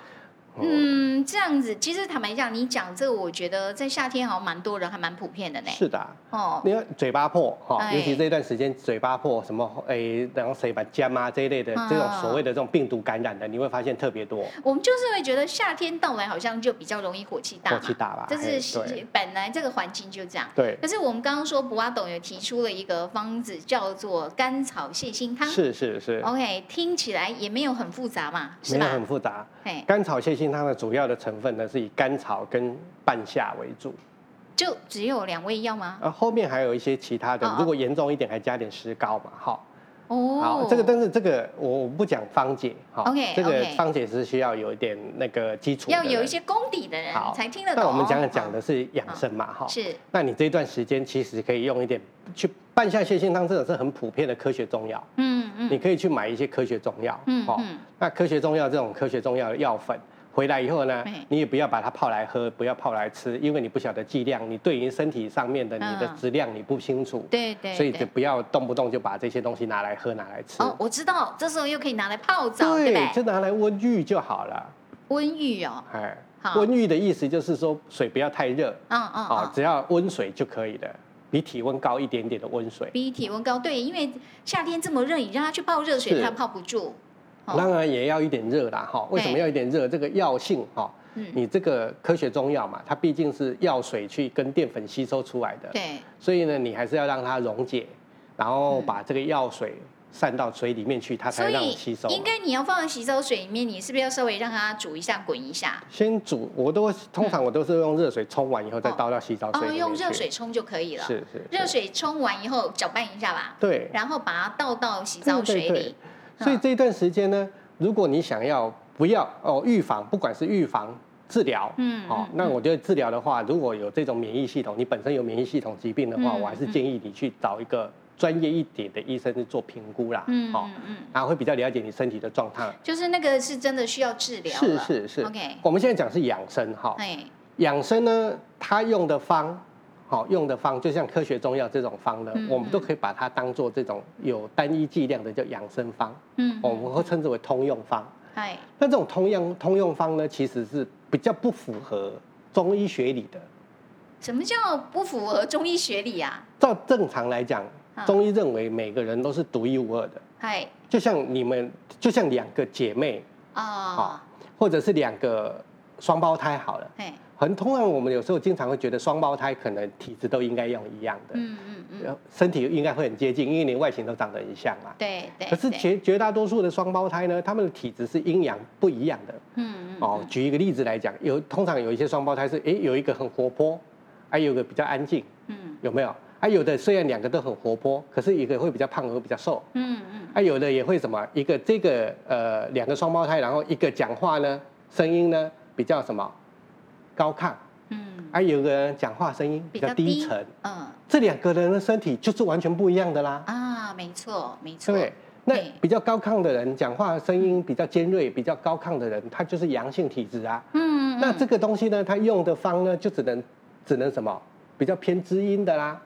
Speaker 3: 嗯，
Speaker 1: 嗯，这样子，其实坦白讲，你讲这个，我觉得在夏天好像蛮多人还蛮普遍的呢，
Speaker 3: 是的啊。
Speaker 1: 哦，
Speaker 3: 因为嘴巴破哈，
Speaker 1: 哎
Speaker 3: 尤其这段时间嘴巴破什么诶，然后水把尖啊这一类的
Speaker 1: 啊
Speaker 3: 这种所谓的这种病毒感染的，你会发现特别多，
Speaker 1: 我们就是会觉得夏天到来好像就比较容易火气大嘛，
Speaker 3: 火气大吧？
Speaker 1: 这
Speaker 3: 嘿
Speaker 1: 是
Speaker 3: 对
Speaker 1: 本来这个环境就这样。
Speaker 3: 对
Speaker 1: 可是我们刚刚说，博阿董有提出了一个方子，叫做甘草泻心汤。
Speaker 3: 是是是，
Speaker 1: OK，听起来也没有很复杂嘛，哦是
Speaker 3: 没有
Speaker 1: 吧
Speaker 3: 很？复杂。
Speaker 1: 哎，
Speaker 3: 甘草泻心汤的主要的成分呢是以甘草跟半夏为主，
Speaker 1: 就只有两味药吗？
Speaker 3: 而后面还有一些其他的
Speaker 1: 啊哦哦，
Speaker 3: 如果严重一点还加点石膏嘛，好，
Speaker 1: 哦，
Speaker 3: 好，这个但是这个我我不讲方解，好
Speaker 1: OK，
Speaker 3: 这个
Speaker 1: OK
Speaker 3: 方解是需要有一点那个基础的
Speaker 1: 要
Speaker 3: 人，
Speaker 1: 有一些功底的人
Speaker 3: 好
Speaker 1: 才听得懂。哦
Speaker 3: 那我们讲讲的
Speaker 1: 好
Speaker 3: 是养生嘛，哈，
Speaker 1: 是
Speaker 3: 那你这段时间其实可以用一点去半夏泻心汤，这种是很普遍的科学中药，
Speaker 1: 嗯嗯
Speaker 3: 你可以去买一些科学中药，
Speaker 1: 嗯
Speaker 3: 哦
Speaker 1: 嗯
Speaker 3: 那科学中药这种科学中药的药粉。回来以后呢
Speaker 1: 对，
Speaker 3: 你也不要把它泡来喝，不要泡来吃，因为你不晓得剂量，你对于身体上面的你的
Speaker 1: 嗯
Speaker 3: 质量你不清楚，
Speaker 1: 对对，
Speaker 3: 所以就
Speaker 1: 对
Speaker 3: 不要动不动就把这些东西拿来喝、拿来吃。
Speaker 1: 哦，我知道，这时候又可以拿来泡澡，对不
Speaker 3: 就
Speaker 1: 对？
Speaker 3: 拿来温浴就好了。
Speaker 1: 温浴哦，
Speaker 3: 哎
Speaker 1: 好，
Speaker 3: 温浴的意思就是说水不要太热，
Speaker 1: 嗯嗯
Speaker 3: 啊、
Speaker 1: 嗯，
Speaker 3: 只要温水就可以了，比体温高一点点的温水。
Speaker 1: 比体温高，对，因为夏天这么热，你让他去泡热水，
Speaker 3: 是
Speaker 1: 他泡不住。哦
Speaker 3: 当然也要一点热啦，哈。为什么
Speaker 1: 对
Speaker 3: 要一点热？这个药性哈，
Speaker 1: 嗯
Speaker 3: 你这个科学中药嘛，它毕竟是药水去跟淀粉吸收出来的，
Speaker 1: 对，
Speaker 3: 所以呢，你还是要让它溶解，然后把这个药水散到水里面去，它才
Speaker 1: 所
Speaker 3: 会让
Speaker 1: 以
Speaker 3: 你吸收嘛。
Speaker 1: 应该你要放在洗手水里面，你是不是要稍微让它煮一下、滚一下？
Speaker 3: 先煮，我都会通常我都是用热水冲完以后再
Speaker 1: 哦
Speaker 3: 倒到洗澡水里
Speaker 1: 哦，
Speaker 3: 面
Speaker 1: 用热
Speaker 3: 去
Speaker 1: 水冲就可以了。
Speaker 3: 是是
Speaker 1: 热
Speaker 3: 是
Speaker 1: 水冲完以后搅拌一下吧，
Speaker 3: 对，
Speaker 1: 然后把它倒到洗澡水
Speaker 3: 对对
Speaker 1: 里嗯
Speaker 3: 对。所以这一段时间呢，如果你想要不要哦预防，不管是预防治疗，
Speaker 1: 嗯
Speaker 3: 哦
Speaker 1: 嗯，
Speaker 3: 那我觉得治疗的话，如果有这种免疫系统，你本身有免疫系统疾病的话，
Speaker 1: 嗯
Speaker 3: 我还是建议你去找一个专业一点的医生去做评估啦，
Speaker 1: 嗯
Speaker 3: 哦
Speaker 1: 嗯，嗯，
Speaker 3: 然后会比较了解你身体的状态。
Speaker 1: 就是那个是真的需要治疗
Speaker 3: 是
Speaker 1: 了
Speaker 3: 是是
Speaker 1: OK，
Speaker 3: 我们现在讲是养生哈，
Speaker 1: 哎，
Speaker 3: 养生呢，它用的方，好、用的方，就像科学中药这种方呢，
Speaker 1: 嗯
Speaker 3: 我们都可以把它当做这种有单一剂量的叫养生方，
Speaker 1: 嗯，
Speaker 3: 哦我们会称之为通用方。
Speaker 1: 哎，
Speaker 3: 那这种通用通用方呢，其实是比较不符合中医学理的。
Speaker 1: 什么叫不符合中医学理啊？
Speaker 3: 照正常来讲
Speaker 1: 啊，
Speaker 3: 中医认为每个人都是独一无二的，
Speaker 1: 哎，
Speaker 3: 就像你们，就像两个姐妹，
Speaker 1: 哦，
Speaker 3: 或者是两个双胞胎好了。
Speaker 1: 哎，
Speaker 3: 很通常我们有时候经常会觉得双胞胎可能体质都应该用一样的，
Speaker 1: 嗯嗯嗯，
Speaker 3: 呃身体应该会很接近，因为连外形都长得很像嘛。
Speaker 1: 对对。
Speaker 3: 可是
Speaker 1: 对
Speaker 3: 绝绝大多数的双胞胎呢，他们的体质是阴阳不一样的。
Speaker 1: 嗯嗯
Speaker 3: 哦，举一个例子来讲，有通常有一些双胞胎是，诶，有一个很活泼，还、有一个比较安静，
Speaker 1: 嗯
Speaker 3: 有没有？还、有的虽然两个都很活泼，可是一个会比较胖，一个会比较瘦。
Speaker 1: 嗯嗯
Speaker 3: 还、有的也会什么，一个这个呃两个双胞胎，然后一个讲话呢，声音呢比较什么高亢，
Speaker 1: 嗯
Speaker 3: 还、有一个人讲话声音比较低沉。
Speaker 1: 嗯
Speaker 3: 这两个人的身体就是完全不一样的啦。
Speaker 1: 啊，没错没错，
Speaker 3: 对，那
Speaker 1: 对
Speaker 3: 比较高亢的人，讲话声音比较尖锐、比较高亢的人，他就是阳性体质啊。
Speaker 1: 嗯，嗯
Speaker 3: 那这个东西呢，他用的方呢，就只能只能什么比较偏知音的啦。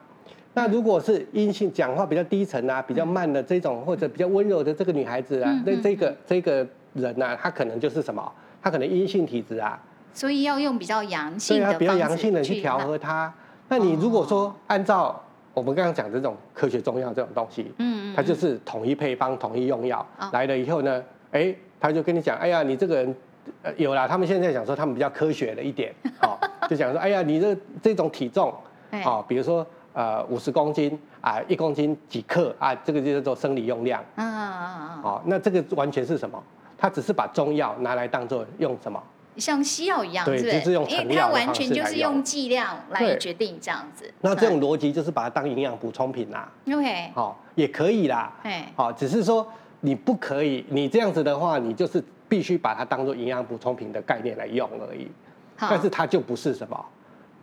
Speaker 3: 那如果是阴性，讲话比较低沉啊，比较慢的这种，或者比较温柔的这个女孩子啊
Speaker 1: 嗯，
Speaker 3: 那
Speaker 1: 嗯
Speaker 3: 这个这个人呢、啊，她可能就是什么？她可能阴性体质啊，
Speaker 1: 所以要用比较阳
Speaker 3: 所
Speaker 1: 性
Speaker 3: 以
Speaker 1: 的方式
Speaker 3: 她啊比较阳性的去
Speaker 1: 去哦
Speaker 3: 调
Speaker 1: 让
Speaker 3: 和她。那你如果说按照我们刚刚讲这种科学中药这种东西，
Speaker 1: 嗯嗯，
Speaker 3: 他就
Speaker 1: 嗯
Speaker 3: 是统一配方、统一用药
Speaker 1: 哦。
Speaker 3: 来了以后呢，哎，他就跟你讲，哎呀，你这个人。呃，有啦，他们现在讲说他们比较科学了
Speaker 1: *laughs*
Speaker 3: 一点，哦，就讲说，哎呀，你这这种体重，
Speaker 1: 哎
Speaker 3: 哦，比如说呃五十公斤啊，一公斤几克啊，这个就叫做生理用量，
Speaker 1: 嗯嗯嗯嗯，
Speaker 3: 哦，那这个完全是什么？他只是把中药拿来当做用什么？
Speaker 1: 嗯像西药一样，
Speaker 3: 对
Speaker 1: 是不是
Speaker 3: 就是用
Speaker 1: 因
Speaker 3: 成
Speaker 1: 为
Speaker 3: 药
Speaker 1: 它
Speaker 3: 的
Speaker 1: 完
Speaker 3: 方
Speaker 1: 全
Speaker 3: 式
Speaker 1: 就
Speaker 3: 来
Speaker 1: 是
Speaker 3: 用
Speaker 1: 用剂量来
Speaker 3: 对
Speaker 1: 决定这样子。
Speaker 3: 那这种逻辑就是把它当营养补充品啦，
Speaker 1: 嗯 OK，
Speaker 3: 哦，也可以啦，
Speaker 1: 哎，
Speaker 3: 好，只是说你不可以，你这样子的话，你就是必须把它当做营养补充品的概念来用而已。
Speaker 1: 好
Speaker 3: 但是它就不是什么，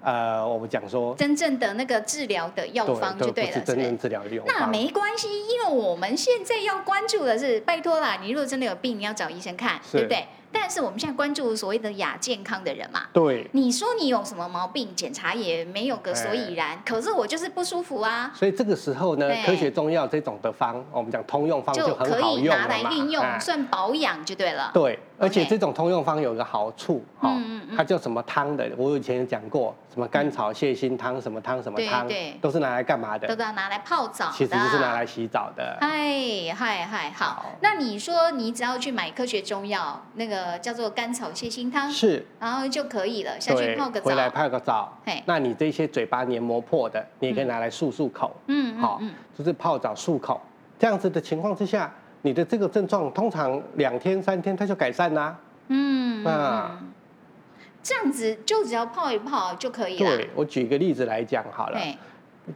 Speaker 3: 呃，我们讲说
Speaker 1: 真正的那个治疗的药方就对
Speaker 3: 对，不是
Speaker 1: 了，是
Speaker 3: 真
Speaker 1: 不
Speaker 3: 正
Speaker 1: 是？
Speaker 3: 治疗的用
Speaker 1: 那
Speaker 3: 方。
Speaker 1: 没关系，因为我们现在要关注的是，拜托啦，你如果真的有病，你要找医生看，
Speaker 3: 是
Speaker 1: 对不对？但是我们现在关注所谓的亚健康的人嘛，
Speaker 3: 对，
Speaker 1: 你说你有什么毛病，检查也没有个所
Speaker 3: 哎
Speaker 1: 以然，可是我就是不舒服啊，
Speaker 3: 所以这个时候呢
Speaker 1: 对，
Speaker 3: 科学中药这种的方，我们讲通用方
Speaker 1: 可
Speaker 3: 很好
Speaker 1: 以
Speaker 3: 用
Speaker 1: 拿
Speaker 3: 了
Speaker 1: 来
Speaker 3: 嘛。
Speaker 1: 运用，
Speaker 3: 哎
Speaker 1: 算保养就对了。
Speaker 3: 对，而且
Speaker 1: OK
Speaker 3: 这种通用方有一个好处哈
Speaker 1: 嗯嗯嗯，
Speaker 3: 它叫什么汤的？我以前有讲过，什么甘草泻心汤，什么汤什么
Speaker 1: 嗯对
Speaker 3: 汤
Speaker 1: 对，
Speaker 3: 都是拿来干嘛
Speaker 1: 都
Speaker 3: 的？
Speaker 1: 是要拿来泡澡的，
Speaker 3: 其实就是拿来洗澡的。
Speaker 1: 嗨嗨嗨，好
Speaker 3: 好。
Speaker 1: 那你说你只要去买科学中药，那个叫做甘草泻心汤，
Speaker 3: 是，
Speaker 1: 然后就可以了，下去
Speaker 3: 对，
Speaker 1: 泡个澡。
Speaker 3: 回来泡个澡
Speaker 1: 嘿。
Speaker 3: 那你这些嘴巴黏膜破的，你也可以拿来漱漱口，
Speaker 1: 嗯，嗯
Speaker 3: 好
Speaker 1: 嗯，
Speaker 3: 就是泡澡漱口。这样子的情况之下，你的这个症状通常两天三天它就改善啦、
Speaker 1: 嗯，
Speaker 3: 那
Speaker 1: 嗯这样子就只要泡一泡就可以了
Speaker 3: 对。我举一个例子来讲好了，
Speaker 1: 对，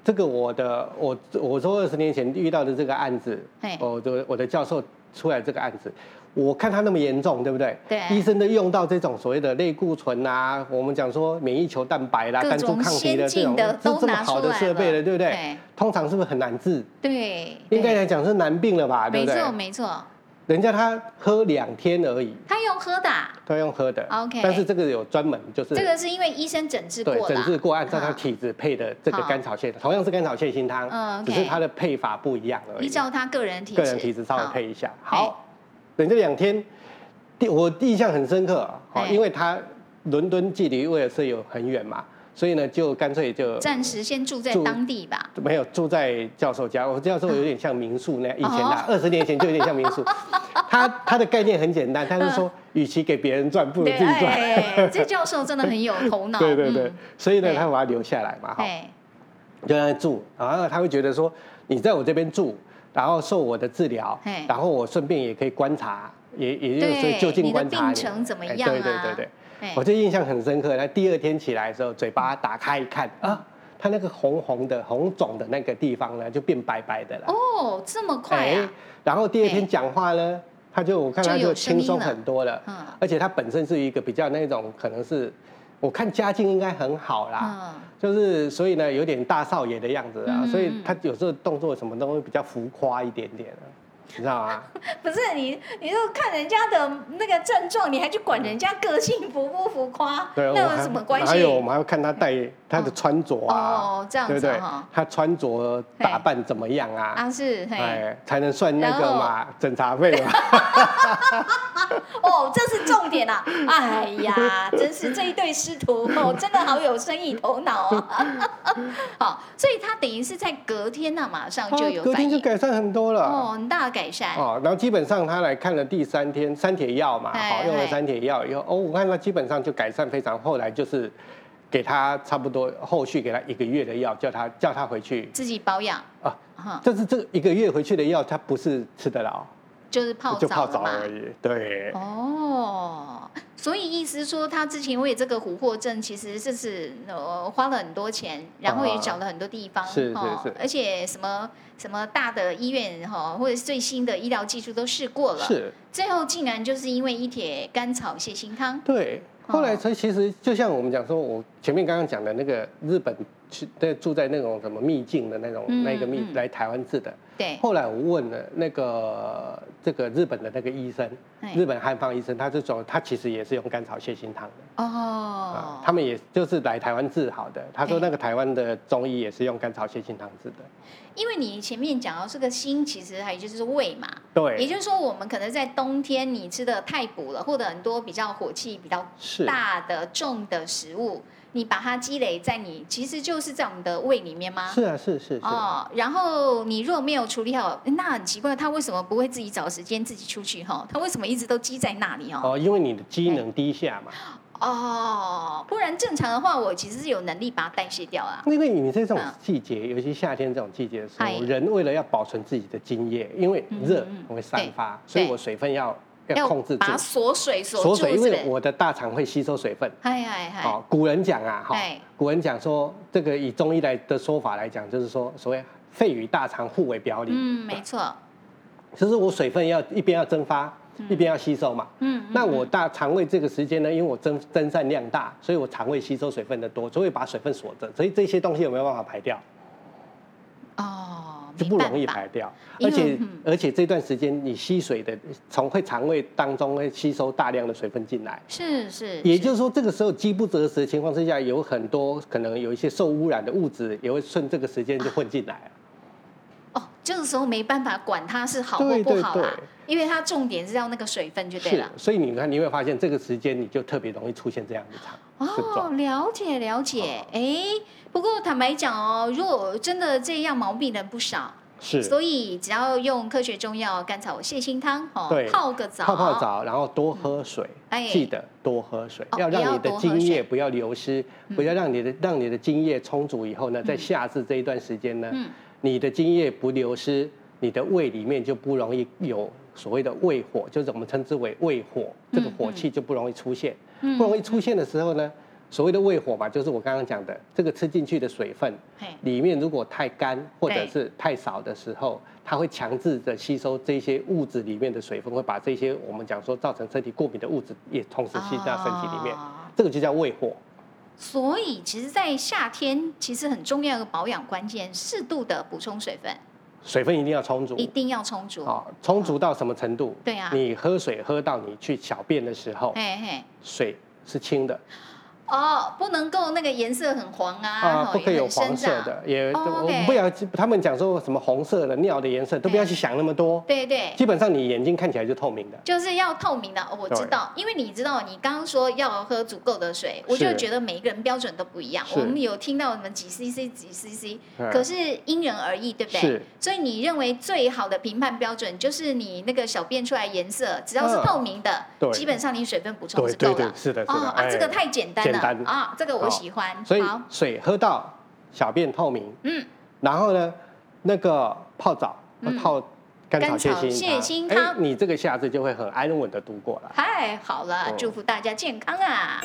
Speaker 3: 这个我的我我说二十年前遇到的这个案子
Speaker 1: 嘿，
Speaker 3: 我的我的教授出来这个案子。我看他那么严重，对不对？
Speaker 1: 对
Speaker 3: 医生都用到这种所谓的类固醇啊，我们讲说免疫球蛋白啦、
Speaker 1: 各
Speaker 3: 单株
Speaker 1: 种
Speaker 3: 抗体
Speaker 1: 先
Speaker 3: 的这
Speaker 1: 进
Speaker 3: 种
Speaker 1: 的
Speaker 3: 这
Speaker 1: 都
Speaker 3: 这么
Speaker 1: 拿出
Speaker 3: 好的
Speaker 1: 来
Speaker 3: 设
Speaker 1: 了，
Speaker 3: 备了，对不对？
Speaker 1: 对
Speaker 3: 通常是不是很难治？
Speaker 1: 对，
Speaker 3: 应
Speaker 1: 对
Speaker 3: 该来讲是难病了吧，对
Speaker 1: 没
Speaker 3: 不对
Speaker 1: 错？没错，
Speaker 3: 人家他喝两天而已，
Speaker 1: 他用喝的啊，
Speaker 3: 他用喝的。
Speaker 1: OK
Speaker 3: 但是这个有专门就是
Speaker 1: 这个是因为医生诊治过
Speaker 3: 对
Speaker 1: 了，
Speaker 3: 整治过，按照他
Speaker 1: 啊
Speaker 3: 体质配的这个
Speaker 1: 好
Speaker 3: 甘草泻，同样是甘草泻心汤，
Speaker 1: 嗯，OK
Speaker 3: 只是它的配法不一样而已
Speaker 1: 依。照他个人体
Speaker 3: 个人体质稍微
Speaker 1: 好
Speaker 3: 配一下。
Speaker 1: 好
Speaker 3: 好，等这两天，第我印象很深刻啊，哦
Speaker 1: 嘿
Speaker 3: 因为他伦敦距离威尔士有很远嘛，所以呢就干脆就
Speaker 1: 暂时先住在
Speaker 3: 住
Speaker 1: 当地吧。
Speaker 3: 没
Speaker 1: 哦 *laughs*
Speaker 3: 有住在教授家，我教授有点像民宿那样，以前啦，二十年前就有点像民宿。他他的概念很简单，他是说，与其给别人赚，不如
Speaker 1: 嗯对，
Speaker 3: 自己赚。
Speaker 1: 哎，这教授真的很有头脑。
Speaker 3: *laughs* 对对
Speaker 1: 嗯
Speaker 3: 对，，所以呢，
Speaker 1: 对
Speaker 3: 他把他留下来嘛，哈，
Speaker 1: 哎，
Speaker 3: 就让他住，然后他会觉得说，你在我这边住，然后受我的治疗
Speaker 1: 嘿，
Speaker 3: 然后我顺便也可以观察，也也就是
Speaker 1: 对
Speaker 3: 说就近
Speaker 1: 你的
Speaker 3: 观察
Speaker 1: 病
Speaker 3: 你
Speaker 1: 程怎么
Speaker 3: 哎
Speaker 1: 样
Speaker 3: 对对对
Speaker 1: 啊
Speaker 3: 对，
Speaker 1: 哎
Speaker 3: 我这印象很深刻。他第二天起来的时候，嘴巴打开一看啊，他那个红红的红肿的那个地方呢，就变白白的了。
Speaker 1: 哦，这么快啊！
Speaker 3: 然后第二
Speaker 1: 哎
Speaker 3: 天讲话呢，他就我看
Speaker 1: 就
Speaker 3: 他
Speaker 1: 有
Speaker 3: 就
Speaker 1: 声
Speaker 3: 轻
Speaker 1: 音
Speaker 3: 松
Speaker 1: 了
Speaker 3: 很多了，
Speaker 1: 嗯
Speaker 3: 而且他本身是一个比较那种可能是，我看家境应该很好啦，
Speaker 1: 嗯，
Speaker 3: 就是所以呢有点大少爷的样子啊，
Speaker 1: 嗯
Speaker 3: 所以他有时候动作什么都会比较浮夸一点点啊你知
Speaker 1: *laughs*
Speaker 3: 道吗？
Speaker 1: 不是你，你就看人家的那个症状，你还去管人家个性浮不浮夸，
Speaker 3: 对，我
Speaker 1: 那有
Speaker 3: 还
Speaker 1: 什么关
Speaker 3: 还
Speaker 1: 系？
Speaker 3: 有我们还要看他戴他的穿着啊
Speaker 1: 哦，这样
Speaker 3: 对不
Speaker 1: 子
Speaker 3: 对
Speaker 1: 哈？
Speaker 3: 他穿着打扮怎么样啊？
Speaker 1: 啊是，嘿，
Speaker 3: 哎，才能算那个嘛诊查费嘛。
Speaker 1: 哦，这是重点啊！哎呀，真是这一对师徒哦，真的好有生意头脑啊！ *laughs* 好，所以他等于是在隔天那、马上 *laughs* 就有
Speaker 3: 隔
Speaker 1: 反
Speaker 3: 天就
Speaker 1: 应，
Speaker 3: 改善很多了。
Speaker 1: 哦，很大的改善，
Speaker 3: 哦，然后基本上他来看了第三天三铁药嘛，
Speaker 1: 哎
Speaker 3: 好用了
Speaker 1: 哎
Speaker 3: 三铁药以后，哦，我看他基本上就改善非常，后来就是给他差不多后续给他一个月的药，叫他叫他回去
Speaker 1: 自己保养
Speaker 3: 啊。
Speaker 1: 哈、
Speaker 3: 但是这一个月回去的药，他不是吃得了，
Speaker 1: 就是泡
Speaker 3: 就
Speaker 1: 澡
Speaker 3: 泡
Speaker 1: 了
Speaker 3: 澡
Speaker 1: 嘛。
Speaker 3: 而已。对，
Speaker 1: 哦，所以意思说他之前为这个琥珀症，其实这是呃花了很多钱，然后也
Speaker 3: 啊
Speaker 1: 找了很多地方，
Speaker 3: 是是
Speaker 1: 哦
Speaker 3: 是
Speaker 1: 而且什么什么大的医院哈、哦，或者是最新的医疗技术都试过了，
Speaker 3: 是，
Speaker 1: 最后竟然就是因为一帖甘草泻心汤，
Speaker 3: 对。
Speaker 1: 哦
Speaker 3: 后来所以其实就像我们讲说，我前面刚刚讲的那个日本去那住在那种什么秘境的那种、
Speaker 1: 嗯
Speaker 3: 那个秘
Speaker 1: 嗯
Speaker 3: 来台湾治的，
Speaker 1: 对，
Speaker 3: 后来我问了那个这个日本的那个医生，
Speaker 1: 哎
Speaker 3: 日本汉方医生，他就说他其实也是用甘草泻心汤的、
Speaker 1: 哦
Speaker 3: 啊，，他们也就是来台湾治好的。他说那个台湾的中医也是用甘草泻心汤治的。
Speaker 1: 因为你前面讲到这个心，其实还有就是胃嘛，也
Speaker 3: 对，
Speaker 1: 就是说我们可能在冬天你吃的太补了，或者很多比较火气比较
Speaker 3: 是
Speaker 1: 大的重的食物，你把它积累在你，其实就是在我们的胃里面吗？
Speaker 3: 是啊，是是是，
Speaker 1: 哦，然后你如果没有处理好，那很奇怪，他为什么不会自己找时间自己出去哈？他为什么一直都积在那里哦？
Speaker 3: 哦，因为你的机能低下嘛，
Speaker 1: 哦，不然正常的话，我其实是有能力把它代谢掉啊。
Speaker 3: 因为你这种
Speaker 1: 嗯
Speaker 3: 季节，尤其夏天这种季节的时
Speaker 1: 哎
Speaker 3: 候，人为了要保存自己的津液，因为热
Speaker 1: 嗯嗯嗯
Speaker 3: 我会散发，所以我水分要要控制住
Speaker 1: 把，锁水锁
Speaker 3: 锁
Speaker 1: 住，哎是
Speaker 3: 水，因
Speaker 1: 不
Speaker 3: 为
Speaker 1: 是？
Speaker 3: 我的大肠会吸收水分。
Speaker 1: 嗨嗨嗨，
Speaker 3: 好，古人讲啊，哈
Speaker 1: 哎，
Speaker 3: 古人讲说，这个以中医来的说法来讲，就是说所谓肺与大肠互为表里，
Speaker 1: 嗯，没错，
Speaker 3: 就是我水分要一边要蒸发，一边要吸收嘛。
Speaker 1: 嗯，嗯
Speaker 3: 那我大肠胃这个时间呢，因为我蒸蒸散量大，所以我肠胃吸收水分的多，所以把水分锁着，所以这些东西有没有办法排掉，
Speaker 1: 哦，
Speaker 3: 就
Speaker 1: 没
Speaker 3: 不容易
Speaker 1: 办法
Speaker 3: 排掉。
Speaker 1: 因
Speaker 3: 而
Speaker 1: 为
Speaker 3: 且
Speaker 1: 嗯
Speaker 3: 而且这段时间你吸水的，从会肠胃当中会吸收大量的水分进来，
Speaker 1: 是是，
Speaker 3: 也就是说，这个时候饥不择食的情况之下，有很多可能有一些受污染的物质也会顺这个时间就混进来了。
Speaker 1: 哦，这个时候没办法管它是好或
Speaker 3: 对
Speaker 1: 不
Speaker 3: 对
Speaker 1: 好啦
Speaker 3: 对，
Speaker 1: 因为它重点是要那个水分就对
Speaker 3: 是
Speaker 1: 了，。
Speaker 3: 所以你看你会发现这个时间你就特别容易出现这样的场症
Speaker 1: 哦，
Speaker 3: 状。
Speaker 1: 了解了解，哎，不过坦白讲哦，如果真的这样毛病的人不少，
Speaker 3: 是
Speaker 1: 所以只要用科学中药甘草泻心汤哦
Speaker 3: 对，
Speaker 1: 泡个澡，
Speaker 3: 泡泡，澡，然后多喝水，
Speaker 1: 哎
Speaker 3: 记得多喝水，
Speaker 1: 哦
Speaker 3: 要让你
Speaker 1: 也
Speaker 3: 的
Speaker 1: 要多喝水嗯
Speaker 3: 精液不要流失，不要让你的让你的精液充足以后呢，在夏至这一段时间呢，
Speaker 1: 嗯
Speaker 3: 你的精液不流失，你的胃里面就不容易有所谓的胃火，就是我们称之为胃火，
Speaker 1: 嗯
Speaker 3: 这个火气就不容易出现。不容易出现的时候呢，所谓的胃火嘛，就是我刚刚讲的这个吃进去的水分
Speaker 1: 嘿
Speaker 3: 里面如果太干或者
Speaker 1: 对
Speaker 3: 是太少的时候，它会强制的吸收这些物质里面的水分，会把这些我们讲说造成身体过敏的物质也同时吸到身体里面，
Speaker 1: 哦
Speaker 3: 这个就叫胃火。
Speaker 1: 所以其实，在夏天其实很重要的保养关键，适度的补充水分，
Speaker 3: 水分一定要充足，
Speaker 1: 一定要充足。
Speaker 3: 啊，充足到什么程度？
Speaker 1: 对啊
Speaker 3: 你喝水喝到你去小便的时候，
Speaker 1: 嘿嘿，
Speaker 3: 水是清的，
Speaker 1: 哦，不能够那个颜色很黄啊，
Speaker 3: 啊，
Speaker 1: 吼
Speaker 3: 不可以有
Speaker 1: 也很
Speaker 3: 黄
Speaker 1: 深
Speaker 3: 色
Speaker 1: 长
Speaker 3: 的，也
Speaker 1: 哦
Speaker 3: 我
Speaker 1: OK
Speaker 3: 不要他们讲说什么红色的尿的颜色，都不要去想那么多。
Speaker 1: 对啊对，
Speaker 3: 基本上你眼睛看起来就透明的。
Speaker 1: 就是要透明的。哦我知道，因为你知道，你刚刚说要喝足够的水，我就是觉得每一个人标准都不一样。
Speaker 3: 是
Speaker 1: 我们有听到我们几 CC 几 CC，
Speaker 3: 嗯
Speaker 1: 可是因人而异，对不对
Speaker 3: 是？
Speaker 1: 所以你认为最好的评判标准就是你那个小便出来颜色，只要是
Speaker 3: 嗯
Speaker 1: 透明的，
Speaker 3: 对
Speaker 1: 基本上你水分补充
Speaker 3: 对
Speaker 1: 是够
Speaker 3: 对
Speaker 1: 了
Speaker 3: 对，。是的，是
Speaker 1: 哦
Speaker 3: 的。
Speaker 1: 啊，
Speaker 3: 哎
Speaker 1: 这个太简单
Speaker 3: 简单
Speaker 1: 了啊，这个我
Speaker 3: 好
Speaker 1: 喜欢。
Speaker 3: 所以
Speaker 1: 好，
Speaker 3: 水喝到，小便透明，
Speaker 1: 嗯，
Speaker 3: 然后呢，那个泡澡呃
Speaker 1: 嗯
Speaker 3: 泡甘草
Speaker 1: 甘草
Speaker 3: 泻
Speaker 1: 泻
Speaker 3: 心
Speaker 1: 心
Speaker 3: 汤，哎，
Speaker 1: 汤
Speaker 3: 你这个下次就会很安稳的度过了。
Speaker 1: 太好了
Speaker 3: 嗯，
Speaker 1: 祝福大家健康啊！